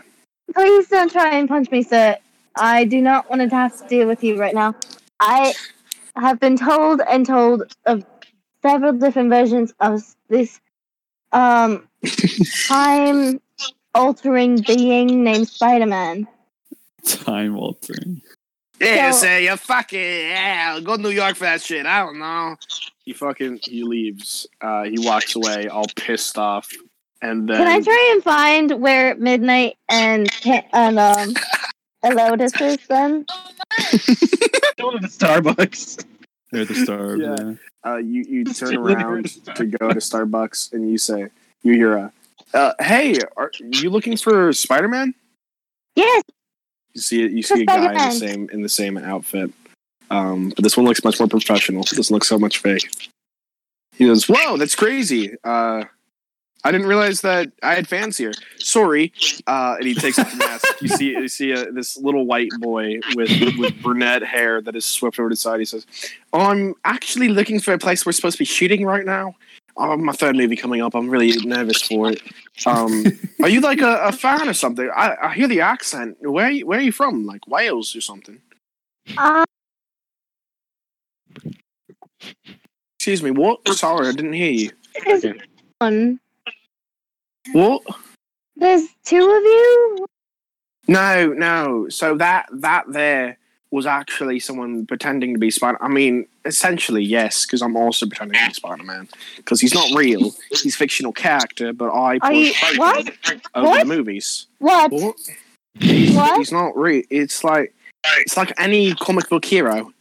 H: Please don't try and punch me, sir. I do not want to have to deal with you right now. I have been told and told of several different versions of this um time altering being named Spider Man.
B: Time altering.
A: Yeah,
H: So-
A: say you fucking yeah, go to New York for that shit. I don't know. He fucking he leaves. Uh, he walks away, all pissed off, and then
H: Can I try and find where Midnight and Ca- and um Elodus is then?
D: Going to Starbucks.
B: They're the star.
A: Yeah.
J: Oh,
B: yeah.
A: uh, you you turn
D: Literally
A: around
D: Starbucks.
A: to go to Starbucks, and you say you hear a, uh, "Hey, are you looking for Spider Man?"
H: Yes,
A: You see you see a guy in the
H: Spider-Man.
A: same in the same outfit, um, but this one looks much more professional. This doesn't look so much fake. He goes, "Whoa, that's crazy! Uh, I didn't realize that I had fans here. Sorry." Uh, and he takes off the mask. You see you see uh this little white boy with with brunette hair that is swept over to the side. He says, "I'm actually looking for a place we're supposed to be shooting right now." Oh, my third movie coming up. I'm really nervous for it. Um, are you like a, a fan or something? I, I hear the accent. Where are you, where are you from? Like Wales or something?
H: uh,
A: Excuse me. What? Sorry, I didn't hear you.
H: this one.
A: What?
H: um, There's two of you?
A: No, no. So that that there was actually someone pretending to be Spider. I mean, essentially yes, because I'm also pretending to be Spider Man because he's not real. He's a fictional character, but I
H: Are you.
A: push both of them
H: What?
A: over
H: What?
A: the movies.
H: What?
A: What?
H: What?
A: Oh, He's not real. It's like it's like any comic book hero.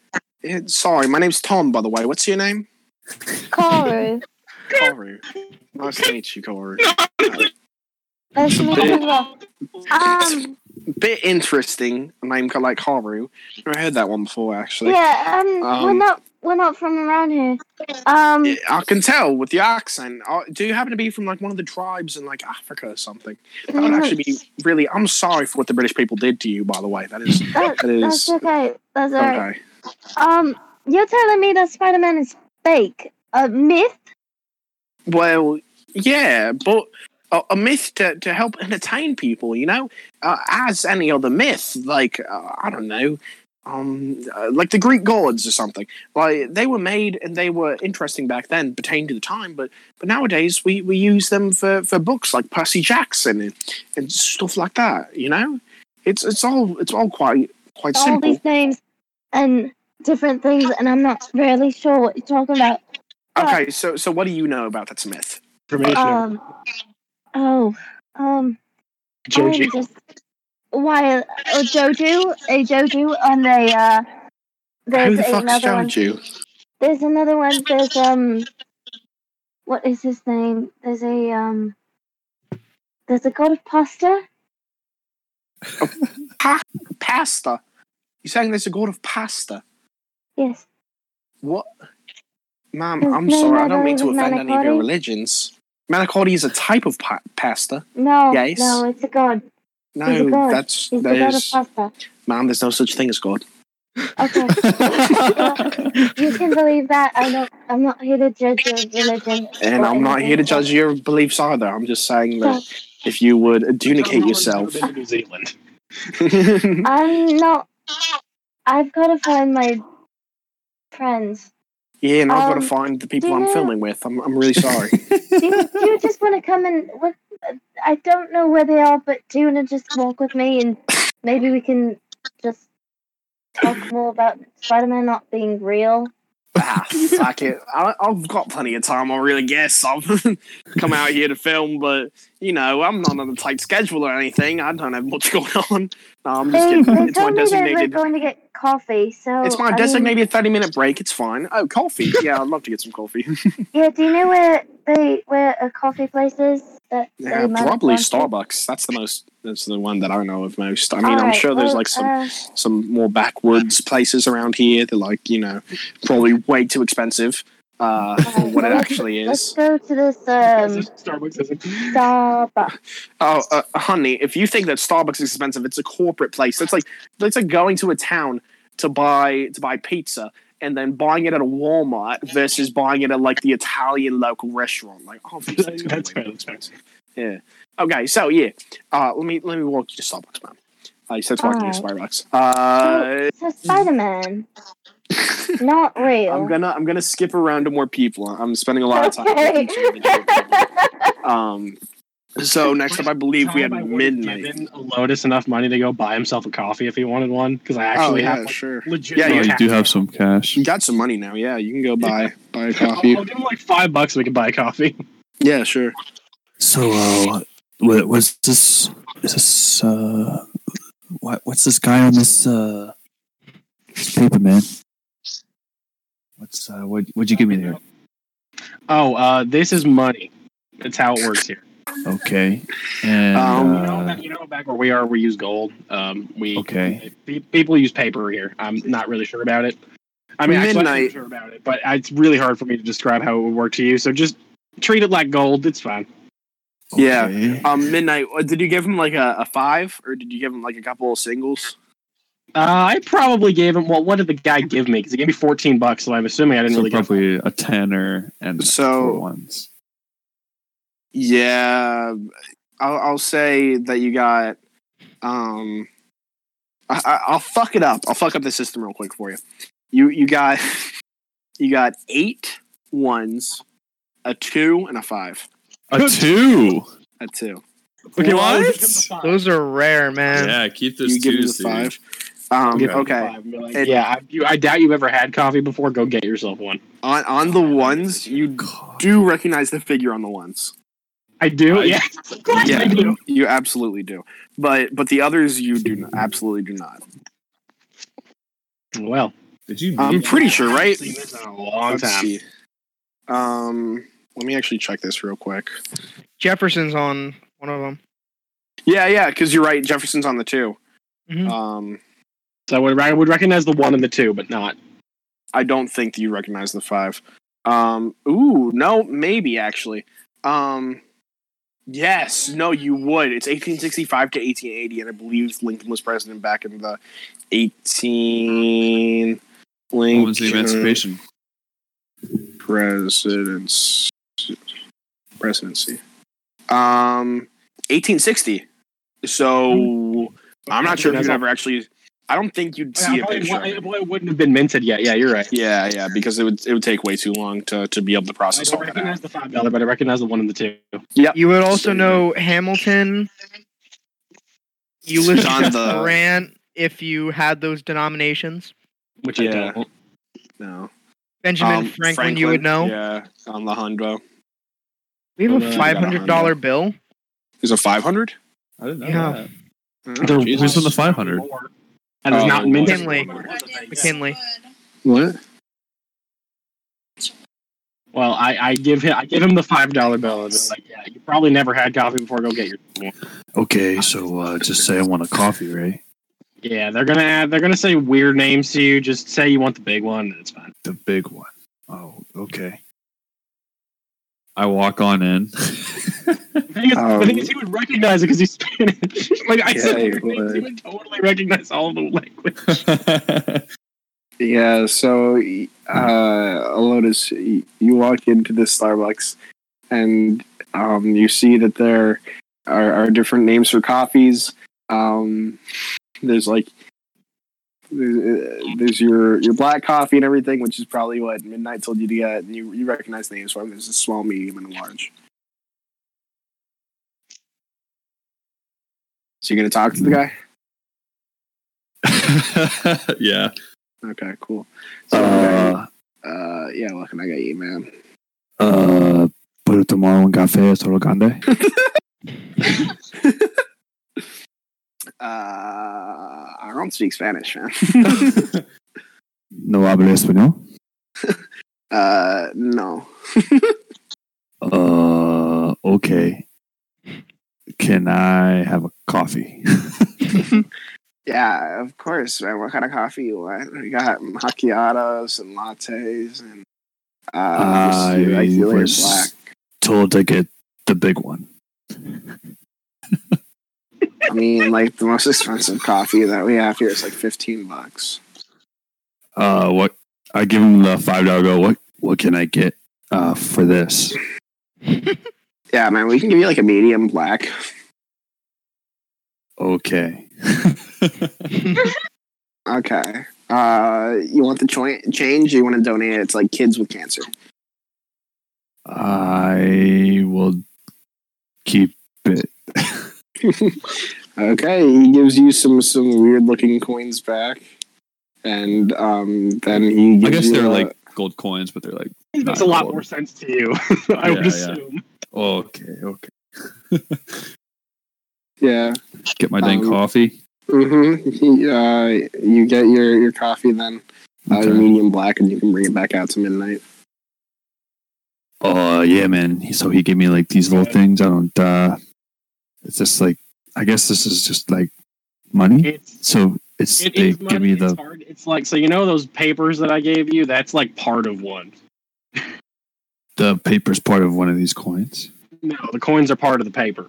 A: It- sorry, my name's Tom. By the way, what's your name?
H: Karu.
A: Karu. Nice to meet you, Karu.
H: Nice to meet you as well. Um,
A: Bit interesting name, like Karu. Never heard that one before, actually.
H: yeah, um, we're
A: Um,
H: not. We're not from around here. Um,
A: Yeah, I can tell with the accent. Uh, Do you happen to be from like one of the tribes in like Africa or something? That would actually be really. I'm sorry for what the British people did to you, by the way. That is.
H: that-
A: That is.
H: that's uh, okay. That's alright.
A: Okay.
H: Um, you're telling me that Spider Man is fake? A myth?
A: Well, yeah, but a, a myth to, to help entertain people, you know? Uh, as any other myth, like, uh, I don't know, um, uh, like the Greek gods or something. Like, they were made and they were interesting back then, pertaining to the time, but, but nowadays we, we use them for, for books like Percy Jackson and, and stuff like that, you know? It's, it's all it's all quite quite
H: All
A: simple.
H: these names and different things, and I'm not really sure what you're talking about.
A: Okay, so so what do you know about that's a myth?
D: Information.
H: Um, oh, um,
D: Joji.
H: I'm just why oh, Joju, a Joju, and a uh, there's
A: Who the fuck's
H: another one.
A: Joju?
H: There's another one. There's um, what is his name? There's a um, there's a god of pasta.
A: Pasta. You're saying there's a god of pasta?
H: Yes.
A: What? Ma'am,
H: His
A: I'm
H: name
A: sorry. I
H: I
A: don't mean to
H: believe is
A: offend any of your
H: manicotti.
A: religions. Manicotti is a type of pa- pasta.
H: No.
A: Yes.
H: No, it's a god. He's a
A: No,
H: god.
A: that's
H: He's
A: that
H: the god
A: is.
H: of pasta.
A: Ma'am, there's no such thing as God.
H: Okay. you can believe that. I don't. I'm not here to judge your religion.
A: And
H: or
A: I'm not here to
H: anything.
A: judge your beliefs either. I'm just saying
H: So,
A: that if you would adjudicate yourself.
D: Someone's never been to New Zealand.
H: I'm not. I've got to find my friends.
A: yeah, and I've got
H: Um,
A: to find the people
H: do you
A: I'm
H: know-
A: filming with. I'm, I'm really sorry.
H: Do you, do you just want to come and? What, I don't know where they are, but do you want to just walk with me and maybe we can just talk more about Spider-Man not being real?
A: ah, fuck it. I, I've got plenty of time. I really guess I've come out here to film, but you know, I'm not on a tight schedule or anything. I don't have much going on. No, I'm just
H: They,
A: kidding.
H: they
A: It's my
H: told me they were
A: designated.
H: going to get coffee, so
A: It's
H: I
A: my
H: mean,
A: designated 30 minute break. It's fine. Oh, coffee. Yeah, I'd love to get some coffee.
H: Yeah, do you know where they where a coffee place is? That they
A: yeah,
H: might have
A: probably
H: gone to?
A: Starbucks. That's the most. That's the one that I know of most. I mean, I'm
H: Alright,
A: sure there's
H: well,
A: like some
H: uh,
A: some more backwoods places around here. They're like you know probably way too expensive uh, for
H: Alright,
A: what it
H: well,
A: actually
H: let's
A: is.
H: go to this um
D: Starbucks isn't.
H: Starbucks.
A: Oh, uh, honey, if you think that Starbucks is expensive, it's a corporate place. That's like that's like going to a town to buy to buy pizza and then buying it at a Walmart versus buying it at like the Italian local restaurant. Like, oh, obviously, it's gonna
D: That's
A: be
D: fair.
A: way more
D: That's fair.
A: Yeah. Okay. So yeah, uh, let me let me walk you to Starbucks, man. I said walking you to Starbucks. Uh,
H: So Spider Man, not real.
A: I'm gonna I'm gonna skip around to more people. I'm spending a lot of time.
H: Okay.
A: with each individual people. um. So next up, I believe we had
D: Time I would've
A: midnight.
D: Given Lotus enough money to go buy himself a coffee if he wanted one, because I actually have like,
A: sure.
D: legit.
A: Oh, Yeah,
J: Oh,
A: you
J: you
A: have
J: do have some cash.
A: You got some money now, yeah. You can go buy buy a
D: I'll,
A: coffee.
D: I'll give him like five bucks. so We can buy a coffee.
A: Yeah, sure.
J: So, uh, what was this? Is this uh, what, what's this guy on this uh, this paper, man? What's uh, what? What'd you give me there?
D: Oh, uh, this is money. That's how it works here.
J: Okay, and
A: Um,
D: you, know,
J: uh,
D: back- you know, back where we are, we use gold. Um, we
J: Okay.
D: pe- people use paper here. I'm not really sure about it. I mean, actually, I'm
A: Midnight.
D: sure about it, but it's really hard for me to describe how it would work to you. So just treat it like gold. It's fine.
A: Yeah.
J: okay.
A: Um, midnight. uh, Did you give him like a, a five, or did you give him like a couple of singles?
D: Uh, I probably gave him. Well, what did the guy give me? Because he gave me fourteen bucks, so I'm assuming I didn't
J: so
D: really get.
J: probably a tenner and
A: So-
J: four ones.
A: Yeah, I'll, I'll say that you got. Um, I, I, I'll fuck it up. I'll fuck up the system real quick for you. You you got you got eight ones, a two, and a five.
J: A two.
A: A two. Okay, well, I was
J: What?
A: just gonna-
E: Those are rare, man.
J: Yeah, keep this
A: you give me the
J: Tuesday.
A: five. Um,
D: Give
A: okay.
D: him five and be like,
A: It-
D: yeah, I, you, I doubt you've ever had coffee before. Go get yourself one.
A: On on the ones, you do recognize the figure on the ones.
D: I do.
J: I-
D: yeah, of course
A: Yeah.
D: I do.
A: You absolutely do. But but the others, you do not, absolutely do not.
D: Well,
J: Did you?
A: I'm pretty sure, right?
D: seen this in a long
A: Let's
D: time.
A: see. Um, let me actually check this real quick.
E: Jefferson's on one of them.
A: Yeah, yeah, because you're right. Jefferson's on the 2
D: Mm-hmm.
E: Mhm.
A: Um,
D: So I would, I would recognize the one and the two, but not.
A: I don't think that you recognize the five. Um, ooh, no, maybe actually. Um, yes, no, you would. It's 1865 to 1880, and I believe Lincoln was president back in the 18.
J: What was the
A: Lincoln
J: emancipation?
A: presidents presidency. Um, 1860. So I'm not sure if you've ever actually. I don't think you'd see
D: Oh, Yeah,
A: a picture. of it.
D: it, it wouldn't have been minted yet. Yeah, you're right.
A: Yeah, yeah, because it would it would take way too long to, to be able to
D: I
A: process all
D: don't
A: that. out.
D: recognize the five dollar, but I recognize the one and the two.
E: You would also
A: So-
E: know Hamilton, Ulysses
A: John the-
E: Grant, if you had those denominations.
D: Which uh,
A: Yeah.
D: I don't.
A: No,
E: Benjamin
A: Um,
E: Franklin, you would know.
A: Yeah, on the Honda.
E: We have
D: Uh,
E: a
D: you
E: five
A: got a
E: hundred dollar bill.
A: Is it five hundred?
J: I didn't know
E: Yeah.
J: that.
D: There
J: Jesus.
D: was
J: Who's on the 500?
D: more. And it's
A: Oh,
D: not minted.
E: McKinley. McKinley.
A: What?
D: Well, I, I give him I give him the five dollar bill. And they're like, yeah, you probably never had coffee before. Go get your.
J: Okay, so uh, just say I want a coffee, right?
D: Yeah, they're gonna add, they're gonna say weird names to you. Just say you want the big one. and It's fine.
J: The big one. Oh, okay. I walk on in.
D: The thing is, the thing is he would recognize it because he's Spanish. like I said,
A: Um, Yeah, he
D: weird names, he
A: would.
D: would totally recognize all the language.
A: Yeah. So, uh, Lotus, you walk into this Starbucks, and um, you see that there are, are different names for coffees. Um, there's like there's, uh, there's your your black coffee and everything, which is probably what Midnight told you to get. And you you recognize names for them. There's a small, medium, and a large. So you're gonna talk to the guy?
J: yeah.
A: Okay, cool. So,
J: Uh,
A: uh, yeah, what can I get you, man?
J: uh, put it tomorrow in Cafe Toro Grande.
A: Uh, I don't speak Spanish, man.
J: no habla español.
A: Uh, no.
J: Uh, okay. Can I have a coffee?
A: Yeah, of course, man. What kind of coffee you want? We got macchiatos and lattes and uh,
J: I
A: you like you like
J: was- Told to get the big one.
A: black. I mean, like the most expensive coffee that we have here is like fifteen bucks.
J: Uh, what? I give him the five dollar go. What? What can I get? Uh, for this.
A: Yeah, man. We can give you like a medium black.
J: Okay.
A: Okay. Uh, you want the choi- change? You want to donate? it? It's like kids with cancer.
J: I will keep it.
A: okay, he gives you some some weird looking coins back, and um, then he.
J: I
A: Gives
J: guess
A: you
J: they're
A: a-
J: like gold coins, but they're like
D: It makes a
J: Not
D: lot
J: cool.
D: more sense to you. I
J: Yeah,
D: would
J: yeah.
D: assume.
J: okay, okay.
A: yeah.
J: Get my dang
A: Um,
J: coffee.
A: Mm-hmm. Uh, you get your your coffee then, uh,
J: Okay.
A: your medium black, and you can bring it back out to midnight.
J: Oh yeah, man. He- So he gave me like these little things. I don't. uh It's just like I guess this is just like money.
D: It's
J: So it's
D: it
J: they
D: is
J: give
D: money,
J: me
D: it's
J: the
D: hard. It's like so you know those papers that I gave you. That's like part of one.
J: the paper's part of one of these coins.
D: No, the coins are part of the paper.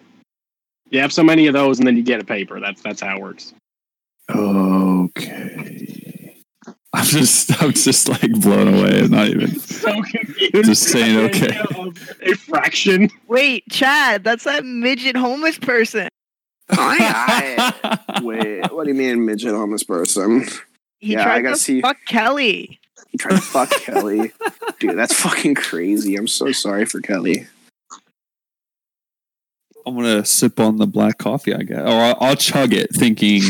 D: You have so many of those, and then you get a paper. That's that's how it works.
J: Okay. I'm just I'm just like blown away. I'm not even.
D: so confused.
J: Just saying,
D: The
J: okay.
D: idea of A fraction.
E: Wait, Chad, that's that midget homeless person.
A: I, Oh, I, wait, what do you mean, midget homeless person?
E: He
A: Yeah, I
E: tried to
A: guess he-
E: fuck Kelly.
A: You tried to fuck Kelly, dude. That's fucking crazy. I'm so sorry for Kelly.
B: I'm gonna sip on the black coffee I guess, or I'll, I'll chug it, thinking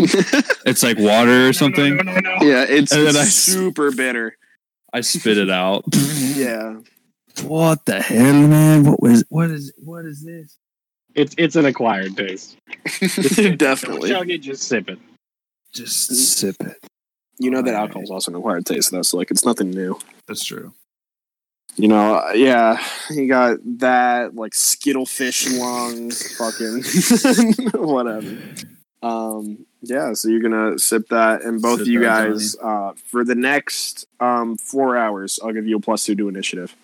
B: it's like water or something.
E: No, no, no, no.
A: yeah, it's
B: And then I-
A: super bitter.
B: I spit it out.
A: Yeah.
B: what the hell, man? What was? What is? What is this?
D: It's it's an acquired taste. Don't
A: Definitely.
D: chug it, just sip it.
B: Just sip it.
A: You know that
B: Alright.
A: alcohol's also an acquired taste, though, so like it's nothing new.
B: That's true.
A: You know, uh, yeah, you got that like Skittlefish lungs, fucking whatever. Um, yeah, so you're gonna sip that, and both of
B: Sip
A: you
B: that,
A: guys uh, for the next um, four hours, I'll give you a plus two to initiative.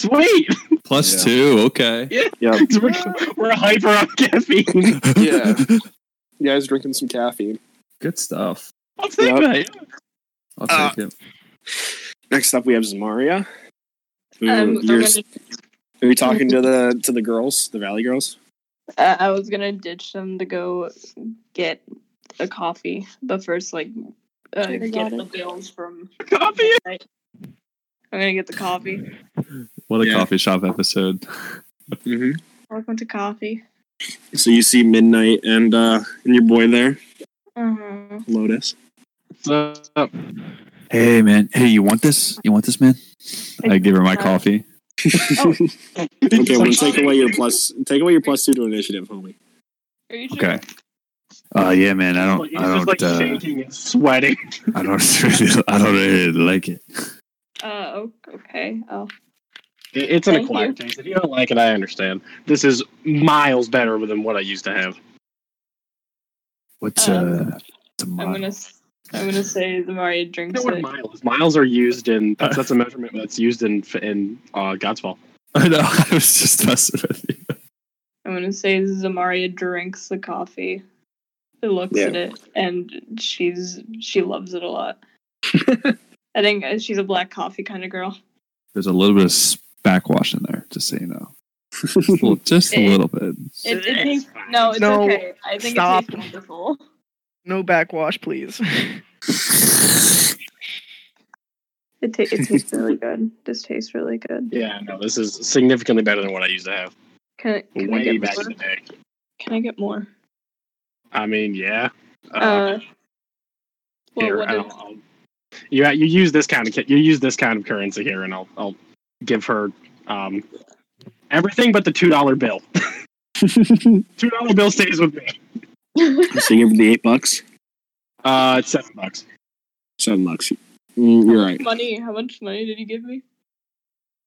D: Sweet!
B: Plus
A: Yeah.
B: two. Okay.
A: Yeah,
D: we're, we're hyper on caffeine.
A: Yeah. you guys drinking some caffeine.
B: Good stuff.
D: I'll take
A: Yep.
D: that. yeah.
B: I'll
L: Uh,
B: take it.
A: Next up, we have Zamaria. Who,
F: Um, I'm
A: you're,
F: gonna-
A: Are you talking to the to the girls, the Valley girls?
F: Uh, I was gonna ditch them to go get a coffee, but first, like, uh,
M: I
F: get
M: got
F: the
M: it.
F: bills from.
D: Coffee!
F: I'm gonna get the coffee.
B: What a
A: yeah.
B: coffee shop episode.
A: Mm-hmm.
F: Welcome to coffee.
A: So you see Midnight and uh and your boy there,
M: Mm-hmm.
F: Uh-huh.
A: Lotus.
D: So,
B: Hey, man. Hey, you want this? You want this, man? I give her my coffee.
A: Okay, well take away your plus take away your plus two to initiative, homie.
F: Are you sure?
B: Okay. Uh, yeah, man. I don't.
D: He's
B: I
D: just
B: don't.
D: like
B: uh,
D: shaking and sweating.
B: I don't. Really, I don't really like it.
F: Uh, o- okay. Oh,
D: It- It's an
F: Thank
D: acquired taste. If you don't like it, I understand. This is miles better than what I used to have.
B: What's
F: Um,
B: uh? It's a
F: I'm gonna.
B: mile.
F: s- I'm gonna say the Mario
D: You
F: drinks
D: know what
F: it.
D: mile is? Miles are used in that's, that's a measurement that's used in in uh, Godfall.
B: I know. I was just messing with you.
F: I'm gonna say Zamaria drinks the coffee. She looks
A: Yeah.
F: at it and she's she loves it a lot. I think uh, she's a black coffee kind of girl.
B: There's a little bit of s- backwash in there, just so you know. Just a little, just a little bit.
F: It, it
E: It's
F: tastes, no, it's
E: No,
F: okay. I think
E: stop.
F: it tastes wonderful.
E: No backwash, please.
F: It, ta- it tastes really good. This tastes really good.
D: Yeah, no, this is significantly better than what I used to have.
F: Can, I- can I
D: Way
F: get
D: back
F: more?
D: in the day.
F: Can I get more?
D: I mean, yeah. Uh,
F: Uh, well,
D: here,
F: what
D: I'll,
F: is-
D: I'll, you you use this kind of ca- you use this kind of currency here, and I'll I'll give her um everything but the two dollar bill. two dollar bill stays with me.
A: So you give her the eight bucks?
D: Uh, it's seven bucks.
A: Seven bucks. Mm, you're right.
F: money? How much money did you give me?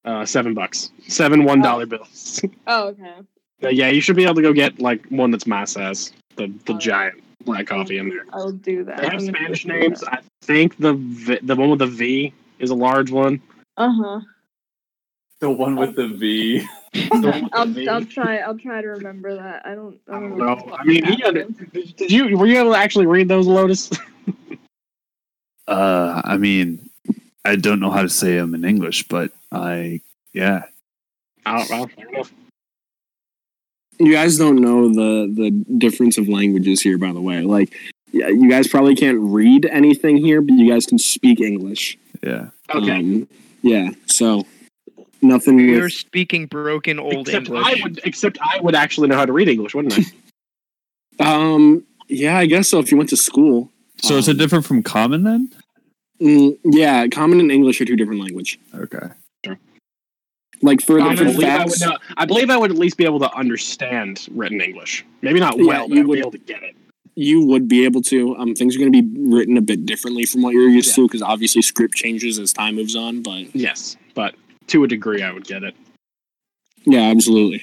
D: Uh, seven bucks. Seven one dollar bills.
F: Oh, okay.
D: Uh, yeah, you should be able to go get like one that's my size, the the
F: Alright.
D: giant black coffee in there.
F: I'll do that.
D: They have Spanish names. I think the v- the one with the V is a large one.
F: Uh huh.
B: The one with the V.
D: The one with the V-
F: I'll, I'll try. I'll try to remember that. I don't. I
D: I don't
F: don't
D: know. I mean, he under- did did you were you able to actually read those, Lotus?
B: Uh, I mean, I don't know how to say them in English, but I, yeah,
D: I don't, I don't know.
A: You guys don't know the the difference of languages here, by the way. Like yeah, you guys probably can't read anything here, but you guys can speak English.
B: yeah.
D: Okay.
A: Um, yeah. So nothing
E: we are
A: with
E: speaking broken old
D: except
E: English.
D: I would, except I would actually know how to read English, wouldn't I?
A: um yeah, I guess so if you went to school.
B: So is it
A: Um,
B: different from common then?
A: Mm, yeah, common and English are two different language.
B: Okay.
A: Like for
D: I
A: the for
D: believe I, would
A: facts,
D: know, I believe I would at least be able to understand written English. Maybe not
A: Yeah,
D: well, but
A: you
D: I would
A: would-
D: be able to get it.
A: you would be able to. Um, things are going to be written a bit differently from what you're used to 'cause to because obviously script changes as time moves on. But
D: Yes, but to a degree, I would get it.
A: yeah, absolutely.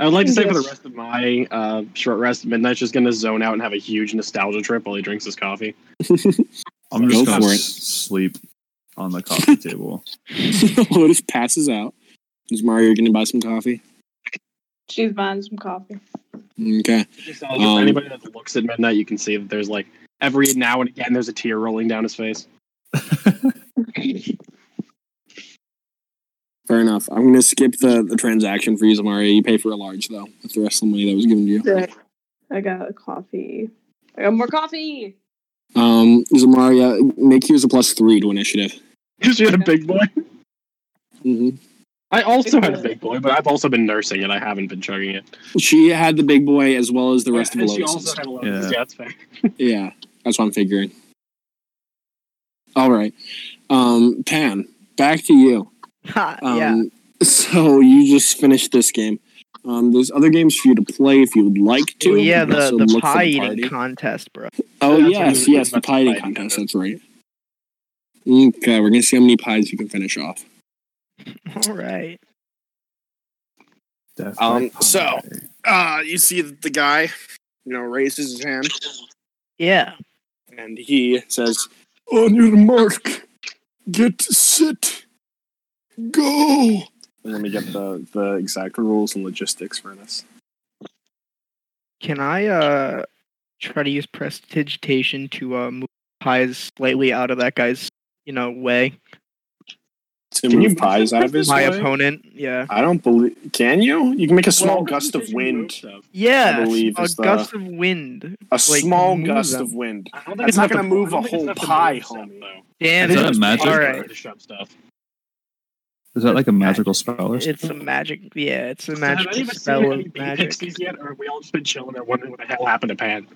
D: I would like to say for the
F: Yes.
D: rest of my uh, short rest, Midnight's just going to zone out and have a huge nostalgia trip while he drinks his coffee.
B: I'm
A: Go
B: just gonna
A: for it.
B: s- sleep on the coffee table.
A: Lotus passes out. Is Mario going to buy some coffee?
F: She's buying some coffee.
A: Okay.
D: Nostalgia
A: Um,
D: for anybody that looks at Midnight, you can see that there's like every now and again there's a tear rolling down his face.
A: Fair enough. I'm going to skip the, the transaction for you, Mario. You pay for a large though. That's the rest of the money that was given to you.
F: I got a coffee. I got more coffee.
A: Um, Zamaria, make yours a plus three to initiative.
D: Is she a big boy?
A: hmm
D: I also had a
F: Big
D: big boy, but I've also been nursing it. I haven't been chugging it.
A: She had the big boy as well as the rest of the
D: she
A: lotuses.
D: also had a lotus.
B: Yeah.
D: Yeah, that's fair.
A: Yeah, that's what I'm figuring. All right, um, Pan, back to you.
E: Ha,
A: Um,
E: yeah.
A: So you just finished this game. Um, there's other games for you to play if you would like to.
E: Oh, yeah,
A: You can
E: the,
A: also
E: the
A: look for party.
E: pie eating contest, bro.
A: Oh
D: That's what we
A: yes,
D: were
A: yes, the
D: about to
A: pie eating
D: fight.
A: contest. That's right. Okay, we're gonna see how many pies you can finish off.
E: All right.
B: Death
J: Um,
B: by
J: so-
B: pie.
J: Uh, you see that the guy, you know, raises his hand
E: Yeah.
J: and he says, "On your mark, get set, go."
A: And let me get the the exact rules and logistics for this.
E: Can I uh try to use prestidigitation to uh move pies slightly out of that guy's you know way?
A: To
D: Can you
A: move pies out of his
E: My
A: way?
E: opponent. Yeah.
A: I don't believe. Can you? You can make a small
D: Well,
A: gust of wind.
E: Yeah.
A: believe uh,
E: a
A: is the-
E: gust of wind.
A: A
E: like,
A: small
E: move
A: gust
E: them.
A: of wind.
D: I don't think
A: That's
D: it's
A: not
D: enough
A: gonna
D: to-
A: move
D: I don't
A: a
D: think it's
A: whole
D: enough to
A: pie,
D: move stuff,
A: homie.
D: though.
E: Damn
B: Is that
E: it.
B: a magic?
E: All right.
D: To shove stuff.
B: Is that like a magical spell or
E: It's a
B: something?
E: magic. Yeah, it's a
D: So have any
E: magical
D: of us
E: spell
D: seen any
E: of
D: bee
E: magic.
D: pixies yet, or have we all just been chilling and wondering what the hell happened to Pan?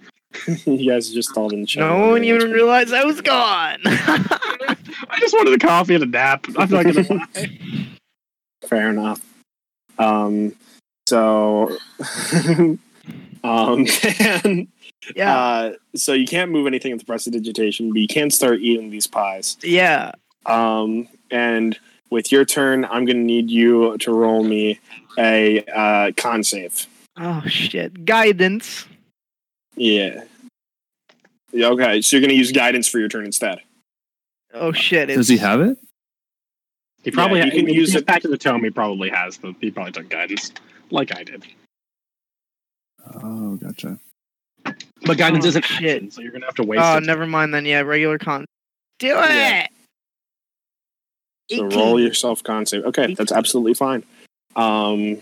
A: you guys just all in the chat.
E: No one even realized I was gone.
D: I just wanted a coffee and a nap. I'm not gonna lie.
A: Fair enough. Um. So. um. And,
E: yeah,
A: uh, so you can't move anything with prestidigitation, but you can start eating these pies.
E: yeah.
A: Um. And with your turn, I'm gonna need you to roll me a uh, con save.
E: Oh shit. Guidance.
A: Yeah. Yeah, okay, so you're gonna use guidance for your turn instead.
E: Oh shit. It's,
B: Does he have it?
D: He probably
A: Yeah,
D: ha
A: you
D: you
A: can
D: can
A: use
D: use
A: it-
D: it back to the tome. He probably has, but he probably took guidance, like I did.
B: Oh, gotcha.
D: But guidance
E: Oh,
D: isn't
E: shit.
D: action, so you're gonna have to waste
E: Oh,
D: it.
E: never mind then. Yeah, regular con. Do it.
A: Yeah. So
E: 18.
A: roll yourself con save. Okay, that's absolutely fine. Um,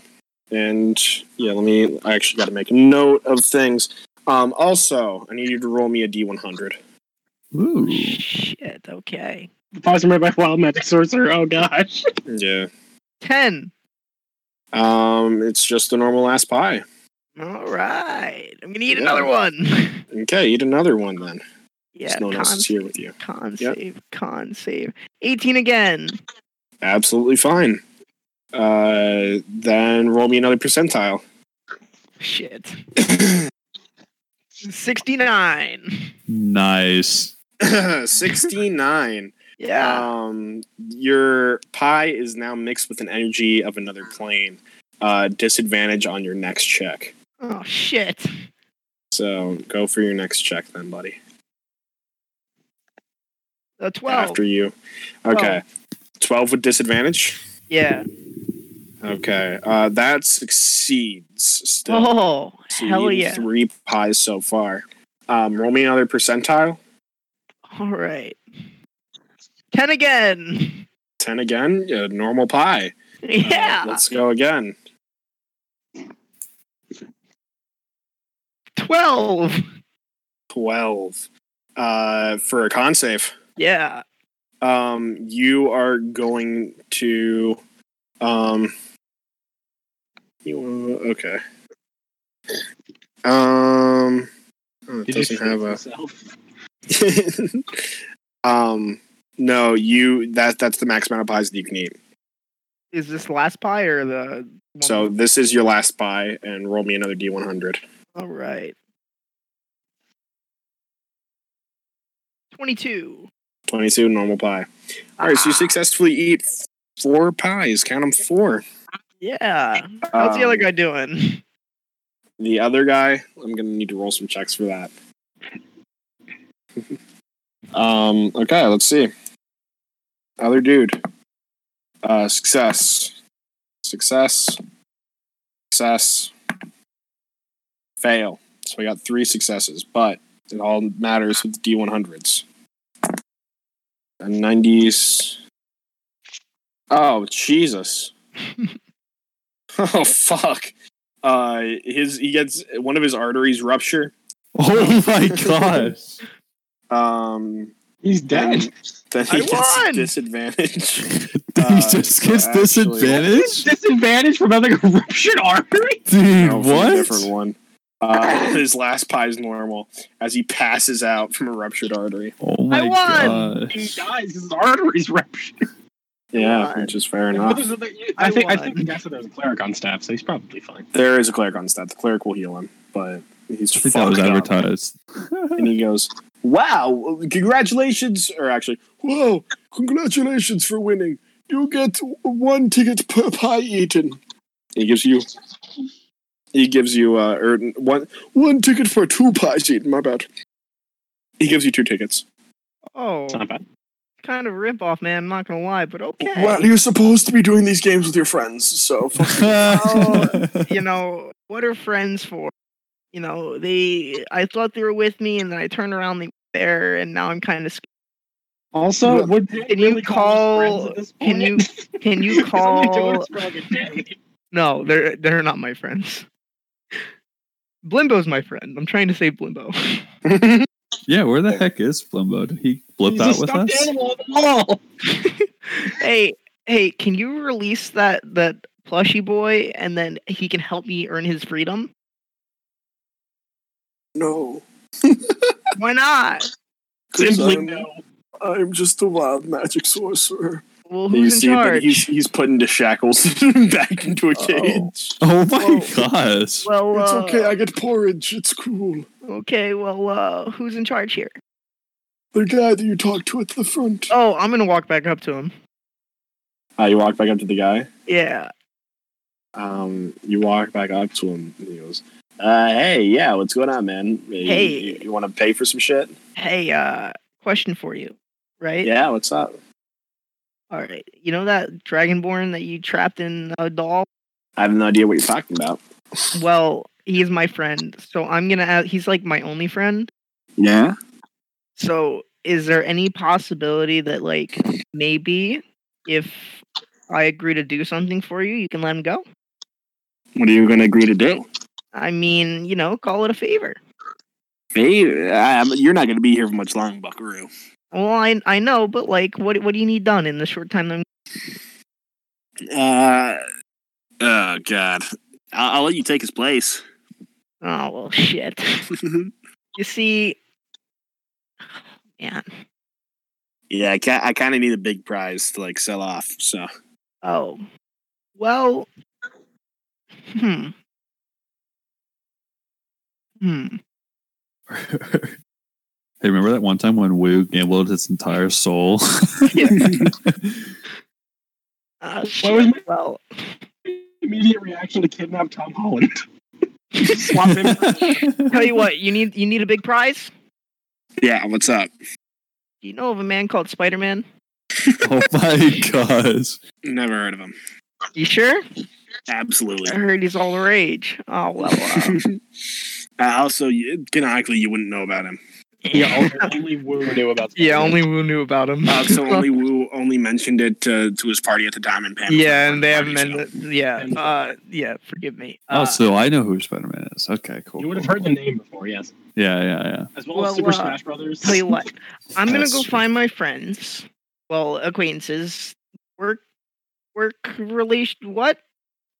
A: and yeah, let me. I actually got to make a note of things. Um, also, I need you to roll me a d100.
B: Ooh.
E: Shit. Okay.
D: Pause right by wild magic sorcerer. Oh gosh.
A: Yeah.
E: Ten.
A: Um, it's just a normal ass pie.
E: All right. I'm gonna eat
A: Yeah.
E: another one.
A: Okay, eat another one then.
E: yeah.
A: no one
E: con
A: else is here with you.
E: con
A: Yep.
E: save. Con save. Eighteen again.
A: Absolutely fine. Uh, then roll me another percentile.
E: Shit. Sixty-nine.
B: Nice.
A: 69.
E: Yeah.
A: Um, your pie is now mixed with an energy of another plane. Uh, disadvantage on your next check.
E: Oh shit.
A: So go for your next check then, buddy.
E: A twelve.
A: After you. Okay. 12 with disadvantage.
E: yeah.
A: Okay. Uh, that succeeds still.
E: Oh
A: So you
E: hell
A: need
E: yeah.
A: Three pies so far. Um, roll me another percentile.
E: All right. Ten again.
A: 10 again. A normal pie. Uh,
E: Yeah.
A: let's go again.
E: Twelve.
A: 12 uh, for a con save.
E: Yeah.
A: um, you are going to um you uh, okay um oh, it
D: He just
A: doesn't have
D: shrinks
A: a
D: himself.
A: um no you that that's the max amount of pies that you can eat
E: Is this last pie or the? one
A: so
E: more?
A: this is your last pie and roll me another d100
E: All right. Twenty-two.
A: 22 normal pie all right so you
E: Ah.
A: successfully eat four pies count them four
E: Yeah. How's the other
A: Um,
E: guy doing?
A: the other guy i'm gonna need to roll some checks for that um okay let's see other dude uh success success success fail so we got three successes but it all matters with the d100s and 90s oh jesus oh fuck uh his he gets one of his arteries rupture
B: Oh my gosh.
A: um
D: He's dead.
A: Then he
E: I
A: gets
E: won!
A: disadvantage.
B: he
A: Uh,
B: just
A: so
B: gets
A: actually-
B: disadvantaged?
D: Disadvantage from having a ruptured artery.
B: Dude,
A: No, from a
B: what?
A: different one. Uh, his last pie is normal as he passes out from a ruptured artery.
B: Oh my
E: won!
B: god.
D: He dies because his artery's ruptured.
A: Yeah,
E: God.
A: which is fair
D: But
A: enough.
D: there's another- I think I
E: won.
D: think the guy said there's a cleric on staff, so he's probably fine.
A: There is a cleric on stat. The cleric will heal him, but he's
B: I think that was
A: fucked up.
B: advertised.
A: and he goes, "Wow, congratulations!" Or actually, "Whoa, congratulations for winning! You get one ticket per pie eaten." He gives you. He gives you uh, or one one ticket for two pies eaten. My bad. He gives you two tickets.
E: Oh,
D: It's not bad.
E: kind of rip off, man. I'm not gonna lie, but okay.
A: Well, you're supposed to be doing these games with your friends, so fuck you.
E: you know, what are friends for? You know, they. I thought they were with me, and then I turned around, they were there, and now I'm kind of. scared.
D: Also,
A: Yeah.
D: would
E: Can you call- can you- Can you call? No, they're they're not my friends. Blimbo's my friend. I'm trying to save Blimbo.
B: yeah, where the heck is Flimbo? Did he blip out with us?
D: Animal on the wall.
E: hey, hey, can you release that that plushie boy, and then he can help me earn his freedom?
A: no,
E: Why not?
D: Simply no.
A: I'm just a wild magic sorcerer.
E: Well,
A: You
E: who's
A: see
E: in
A: that
E: charge?
A: he's he's put into shackles back into a cage.
B: Oh my
E: Whoa.
B: gosh.
E: Well,
A: It's
E: uh,
A: okay, I get porridge. It's cool.
E: okay. Well, uh, who's in charge here?
A: The guy that you talked to at the front.
E: Oh, I'm gonna walk back up to him.
A: Uh, you walk back up to the guy.
E: Yeah.
A: Um, you walk back up to him, and he goes, uh, "Hey, yeah, what's going on, man? You-
E: Hey.
A: you, want to pay for some shit?
E: Hey, uh, question for you. Right?
A: Yeah, what's up?
E: All right. You know that dragonborn that you trapped in a doll?
A: I have no idea what you're talking about.
E: Well, he's my friend, so I'm gonna. Ask, he's like my only friend.
A: Yeah,
E: So, is there any possibility that, like, maybe if I agree to do something for you, you can let him go?
A: what are you gonna agree to do?
E: I mean, you know, call it a favor.
A: Hey, I, I'm, you're not gonna be here for much long, Buckaroo.
E: Well, I I know, but like, what what do you need done in the short time? That
A: Uh, oh God, I'll, I'll let you take his place.
E: I'm... Oh well, shit. you see, man.
A: yeah, I, ca- I kind of need a big prize to like sell off. So
E: Oh, well. Hmm. Hmm.
B: hey, remember that one time when Wu gambled his entire soul?
E: Uh,
D: What was
E: shit,
D: my-
E: well,
D: Immediate reaction to kidnap Tom Holland. Swap him.
E: tell you what, you need you need a big prize.
A: yeah, what's up?
E: Do you know of a man called Spider Man?
B: oh my gosh.
E: Uh,
A: Never heard of him.
E: You sure?
A: Absolutely.
E: I heard he's all the rage. Oh well. Uh,
A: Uh, also, you, canonically, you wouldn't know about him.
D: yeah, only, only Wu knew about.
E: yeah, only Wu knew about him.
A: Uh, so only Wu only mentioned it to, to his party at the Diamond Panel.
E: yeah, and they haven't
A: Party, so-
E: been. Yeah, uh, yeah. Forgive me.
B: oh,
E: Uh,
B: so I know who Spider Man is. Okay, cool.
D: You would have
B: cool,
D: heard the
B: cool.
D: name before, yes.
B: Yeah, yeah, yeah.
D: As well,
E: Well,
D: as Super
E: uh,
D: Smash Brothers.
E: tell you what, I'm gonna
B: That's
E: go
B: true.
E: find my friends, well, acquaintances, work, work relation. What?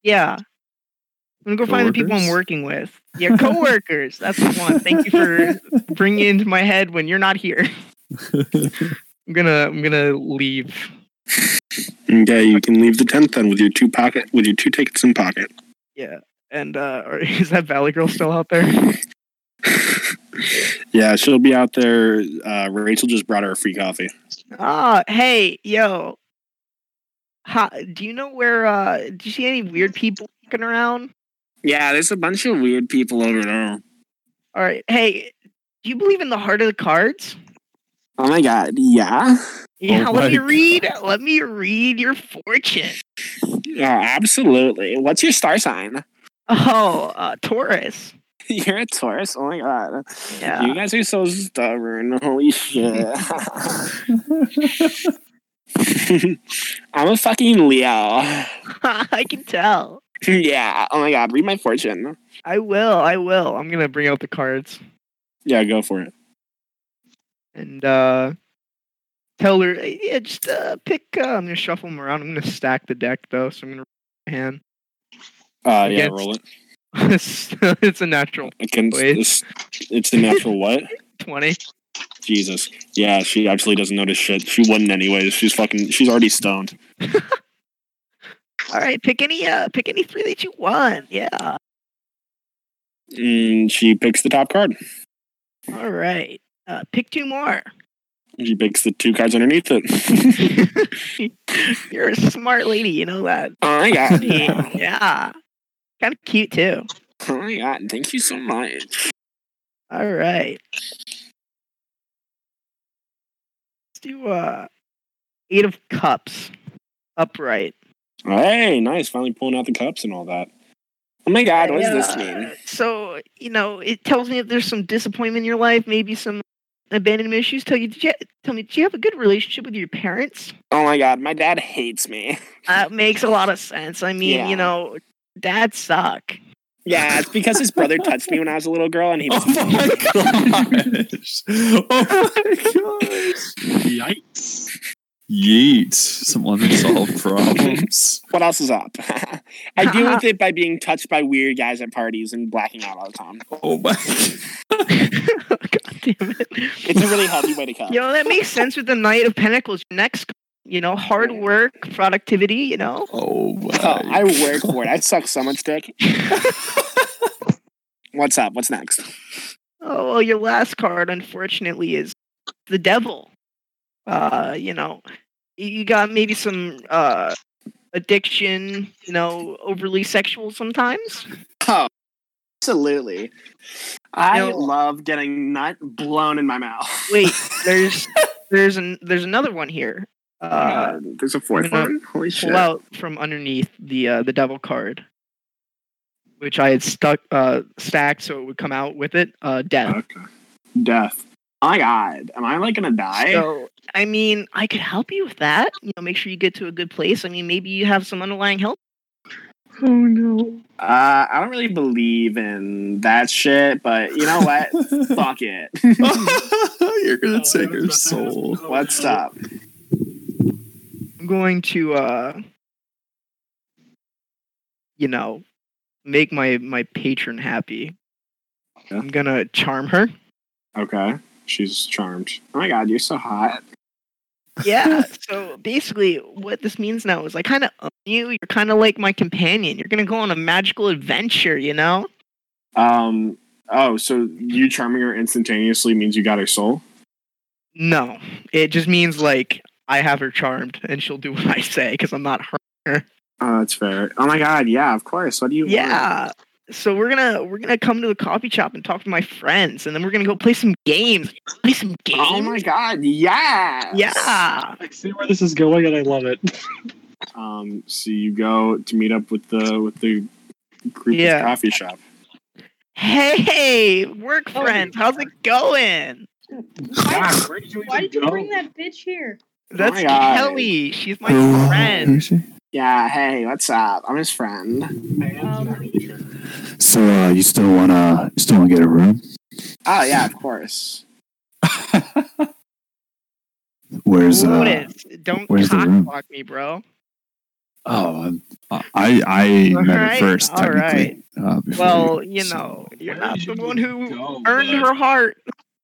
E: Yeah, I'm gonna go find the people I'm
B: Coworkers?
E: working with. Yeah, coworkers. That's the one. Thank you for bringing it into my head when you're not here. I'm gonna, I'm gonna leave.
A: Okay, you can leave the tenth then with your two pocket with your two tickets in pocket.
E: Yeah, and uh, or- is that Valley Girl still out there?
A: Yeah, she'll be out there. Uh, Rachel just brought her a free coffee.
E: Ah, hey, yo. Hi, do you know where? uh Do you see any weird people walking around?
A: Yeah, there's a bunch of weird people over there.
E: All right. Hey, do you believe in the heart of the cards?
A: Oh my god, yeah.
E: Yeah,
B: Oh my
E: let me read. Let me read your fortune.
A: Yeah, absolutely. What's your star sign?
E: Oh, uh, Taurus.
A: You're a Taurus. Oh my god.
E: Yeah.
A: You guys are so stubborn. Holy shit. I'm a fucking Leo.
E: I can tell.
A: yeah. Oh my god. Read my fortune.
E: I will. I will. I'm gonna bring out the cards
A: Yeah, go for it.
E: and uh tell her, "Hey, yeah, just uh, pick. Uh, I'm gonna shuffle them around. I'm gonna stack the deck though, so I'm gonna my hand.
A: Uh, yeah,
E: Against-
A: roll it.
E: it's a natural
A: Against
E: Wait.
A: this, it's a natural what?
E: twenty.
A: Jesus. Yeah, she absolutely doesn't notice shit. She wouldn't anyways. She's fucking. She's already stoned.
E: All right, pick any. Uh, pick any three that you want. Yeah.
A: And she picks the top card.
E: All right. Uh, pick two more.
A: She picks the two cards underneath it.
E: You're a smart lady. You know that.
A: oh my god.
E: yeah. Kind of cute too.
A: Oh my god. Thank you so much.
E: All right. Let's do uh, eight of cups, upright.
A: Hey, nice. Finally pulling out the cups and all that. Oh my god. What does this
E: Yeah.
A: mean?
E: So you know, it tells me if there's some disappointment in your life, maybe some abandonment issues. Tell you, did you tell me, did you have a good relationship with your parents?
A: Oh my god. My dad hates me.
E: That makes a lot of sense. I mean,
A: Yeah.
E: you know, dads suck.
A: Yeah, it's because his brother touched me when I was a little girl, and he was.
B: Oh my gosh! Oh my gosh!
D: Yikes.
B: Yeet. Some unsolved problems.
A: What else is up? I deal with it by being touched by weird guys at parties and blacking out all the time.
B: Oh my!
E: God damn it!
A: It's a really healthy way to cope.
E: You know, that makes sense with the Knight of Pentacles. Your next, c- you know, hard work, productivity. You know,
B: Oh my!
A: Oh, I work for it. I suck so much dick. What's up? What's next?
E: Oh, well, your last card, unfortunately, is the devil. Uh, you know, y- you got maybe some uh addiction, you know, overly sexual sometimes.
A: Oh, absolutely. I
E: No.
A: love getting nut blown in my mouth.
E: Wait, there's there's an there's another one here. Uh,
J: God, there's a fourth
E: gonna
J: one. Holy shit!
E: pull out from underneath the uh, the devil card, which I had stuck uh stacked so it would come out with it. Uh, death.
J: Death.
A: My God, am I like gonna die?
E: So, I mean, I could help you with that. You know, make sure you get to a good place. I mean, maybe you have some underlying health.
C: Oh no.
A: Uh, I don't really believe in that shit, but you know what? Fuck it.
B: Oh, You're
E: Oh,
B: gonna take her soul.
A: What's up?
E: I'm going to, uh, you know, make my my patron happy.
A: Yeah.
E: I'm gonna charm her.
A: Okay, she's charmed. Oh my God, you're so hot.
E: Yeah. so basically, what this means now is I kind of own you. You're kind of like my companion. You're gonna go on a magical adventure. You know?
A: Um. Oh, so you charming her instantaneously means you got her soul?
E: No, it just means like I have her charmed, and she'll do what I say because I'm not her.
A: Oh, that's fair. Oh my God, yeah, of course. What do you? want?
E: Yeah. So we're gonna we're gonna come to the coffee shop and talk to my friends, and then we're gonna go play some games. Play some games.
A: Oh my God, yeah.
E: Yeah.
D: I see where this is going and I love it.
A: Um. So you go to meet up with the with the group at
E: Yeah.
A: the coffee shop.
E: Hey, work
A: Oh
E: friends, how's it going?
F: Why,
D: where did you
F: why did you bring that bitch here?
E: That's
A: Oh my God.
E: Kelly. She's my friend.
A: Yeah. Hey, what's up? I'm his friend.
F: Um,
B: So uh, you still wanna you still wanna get a room?
A: Oh yeah, of course.
B: Where's uh?
E: Notice, don't
B: where's the room?
E: cockblock me, bro.
B: Oh, I I, I
E: All
B: met her
E: right,
B: first
E: all
B: technically. Uh, before
E: Well, you
B: so-
E: know, you're not the one who earned her heart.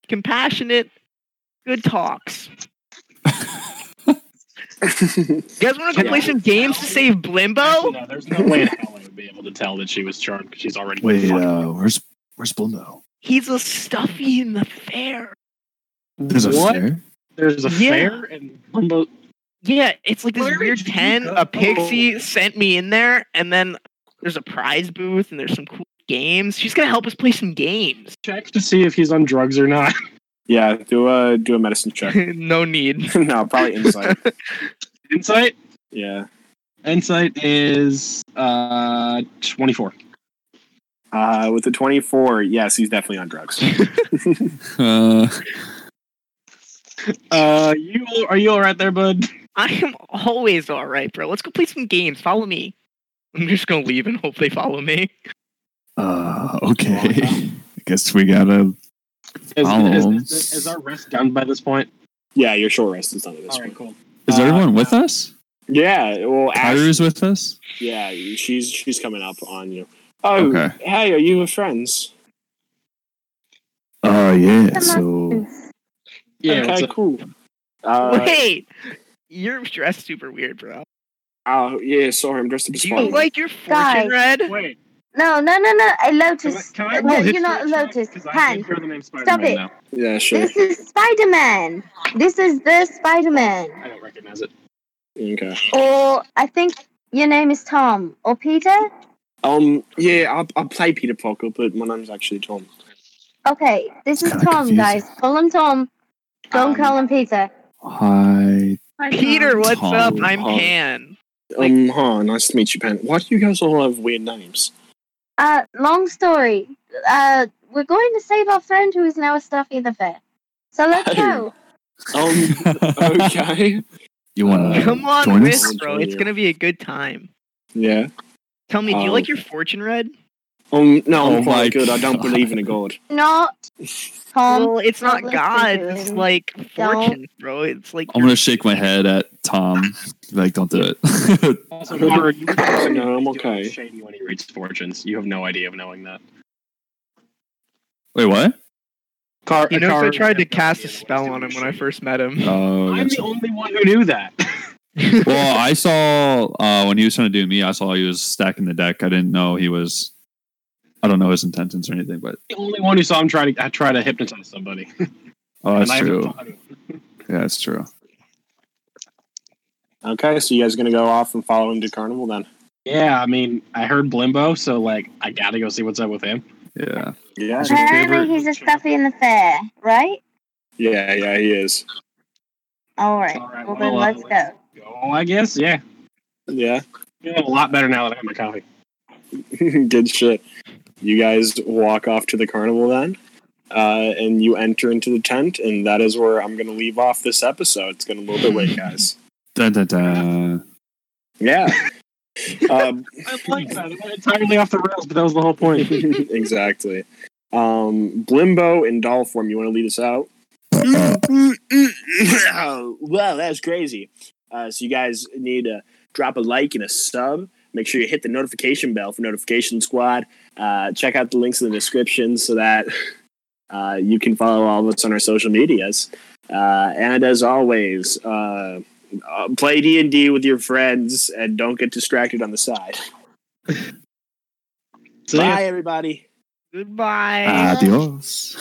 E: Compassionate, good talks. you guys want to go play some games to save Blimbo?
D: No, there's no way in hell I would be able to tell that she was charmed because she's already been
B: Wait,
D: fucked.
B: uh, where's where's Blimbo?
E: He's a stuffy in the fair.
B: There's a
D: What?
B: fair.
D: There's a
E: Yeah.
D: fair and limbo.
E: Yeah, it's like this
D: Where
E: weird
D: did you
E: tent.
D: go?
E: A pixie sent me in there, and then there's a prize booth, and there's some cool games. She's gonna help us play some games.
D: Check to see if he's on drugs or not.
A: Yeah. Do a do a medicine check.
E: no need.
A: no, probably insight.
D: Insight.
A: yeah.
D: Insight is uh 24.
A: Uh, with the 24, yes, he's definitely on drugs.
B: Uh,
D: Uh, you all- are you all right there, bud?
E: I am always all right, bro. Let's go play some games. Follow me. I'm just gonna leave and hope they follow me.
B: uh, okay. I guess we gotta
D: Is,
B: Follow
D: is,
B: him.
D: is, is our rest done by this point?
A: Yeah, your short rest is done at this
D: All right,
A: point.
D: cool.
B: Is
A: Uh,
B: everyone with us?
A: Yeah, well, Ash,
B: Tyra's with us?
A: yeah, she's she's coming up on you. Oh,
B: Okay.
A: hey, are you with friends?
B: Oh, yeah.
H: Come
B: So.
D: Yeah,
A: okay,
D: what's up?
A: cool. Uh,
E: Wait, you're dressed super weird, bro.
A: oh, yeah, sorry, I'm dressed up as
E: Do you
A: Spider-Man.
E: like your
H: Guys.
E: fortune red?
D: Wait,
H: No, no, no, no. I
D: can I,
H: Lotus. Uh,
D: can I
H: no,
D: roll
H: you're not
D: history check?
H: Lotus.
D: 'Cause I
H: Han.
D: did hear the name
H: it.
D: Spider-Man now.
A: yeah, sure.
H: This is Spider Man. This is the Spider Man.
D: I don't recognize it.
A: Okay.
H: Or I think your name is Tom or Peter.
A: Um, yeah, I, I play Peter Parker, but my name's actually Tom.
H: Okay, this is
B: kinda
H: Tom,
B: confusing.
H: guys. Call him Tom. Don't
A: Um,
H: call him Peter.
B: Hi.
E: Peter, what's
B: Tom
E: up? I'm
B: Holland.
E: Pan.
A: Um, hi, nice to meet you, Pan. Why do you guys all have weird names?
H: Uh, long story. Uh, we're going to save our friend who is now a stuffy the bear. So let's go.
A: Um, okay.
B: you want to
E: Come on
B: Uh, join
E: with,
B: us?
E: it, bro. It's gonna be a good time.
A: Yeah.
E: Tell me, do
B: Uh,
E: you
A: Um,
E: like your fortune red?
A: Um, no, I'm
B: Oh my
A: quite good. I don't
B: God.
A: believe in a god.
H: Not Tom.
E: well, it's not
H: don't listen
E: God.
H: to
E: It's
H: him.
E: like
H: Don't.
E: fortune, bro. It's like
B: I'm
E: your-
B: going to shake my head at Tom. Like, don't do it.
D: Also, Connor, you
A: No, I'm okay.
D: Shady when he reads fortunes. You have no idea of knowing that.
B: Wait, what?
D: Car,
E: You know,
D: Car-
E: I tried to
D: has no
E: cast a
D: idea
E: spell
D: when
E: on him
D: he's
E: when I
D: doing
E: first met him.
B: Oh,
D: shady. I'm
B: gotcha.
D: the only one who knew that.
B: well, I saw uh, when he was trying to do me, I saw he was stacking the deck. I didn't know he was. I don't know his intentions or anything, but
D: the only one who saw him try to I try to hypnotize somebody.
B: oh,
D: And
B: that's
D: I haven't
B: true.
D: talked to him.
B: Yeah, that's true.
A: Okay, so you guys gonna go off and follow him to Carnival then?
D: Yeah, I mean, I heard Blimbo, so like, I gotta go see what's up with him.
B: Yeah,
A: Yeah.
D: His
H: Apparently,
D: favorite-
H: he's a stuffy in the fair, right?
A: Yeah, yeah, he is.
H: All right.
D: All right,
H: Well,
D: well,
H: then
D: uh,
H: let's
D: let's-
H: go.
D: Oh, I guess, yeah.
A: Yeah.
D: Feeling a lot better now that I have my coffee.
A: Good shit. You guys walk off to the carnival then, uh, and you enter into the tent, and that is where I'm going to leave off this episode. It's going to a little bit late, guys.
B: dun, dun, dun.
A: Yeah. um,
D: I like that. It went entirely off the rails, but that was the whole point.
A: exactly. Um, Blimbo and Dollform, you want to lead us out? well, that was crazy. Uh, so you guys need to drop a like and a sub. Make sure you hit the notification bell for Notification Squad. Uh, check out the links in the description so that uh, you can follow all of us on our social medias. Uh, and as always, uh, uh, play D and D with your friends and don't get distracted on the side.
D: So, yeah.
A: Bye, everybody.
E: Goodbye.
B: Adios.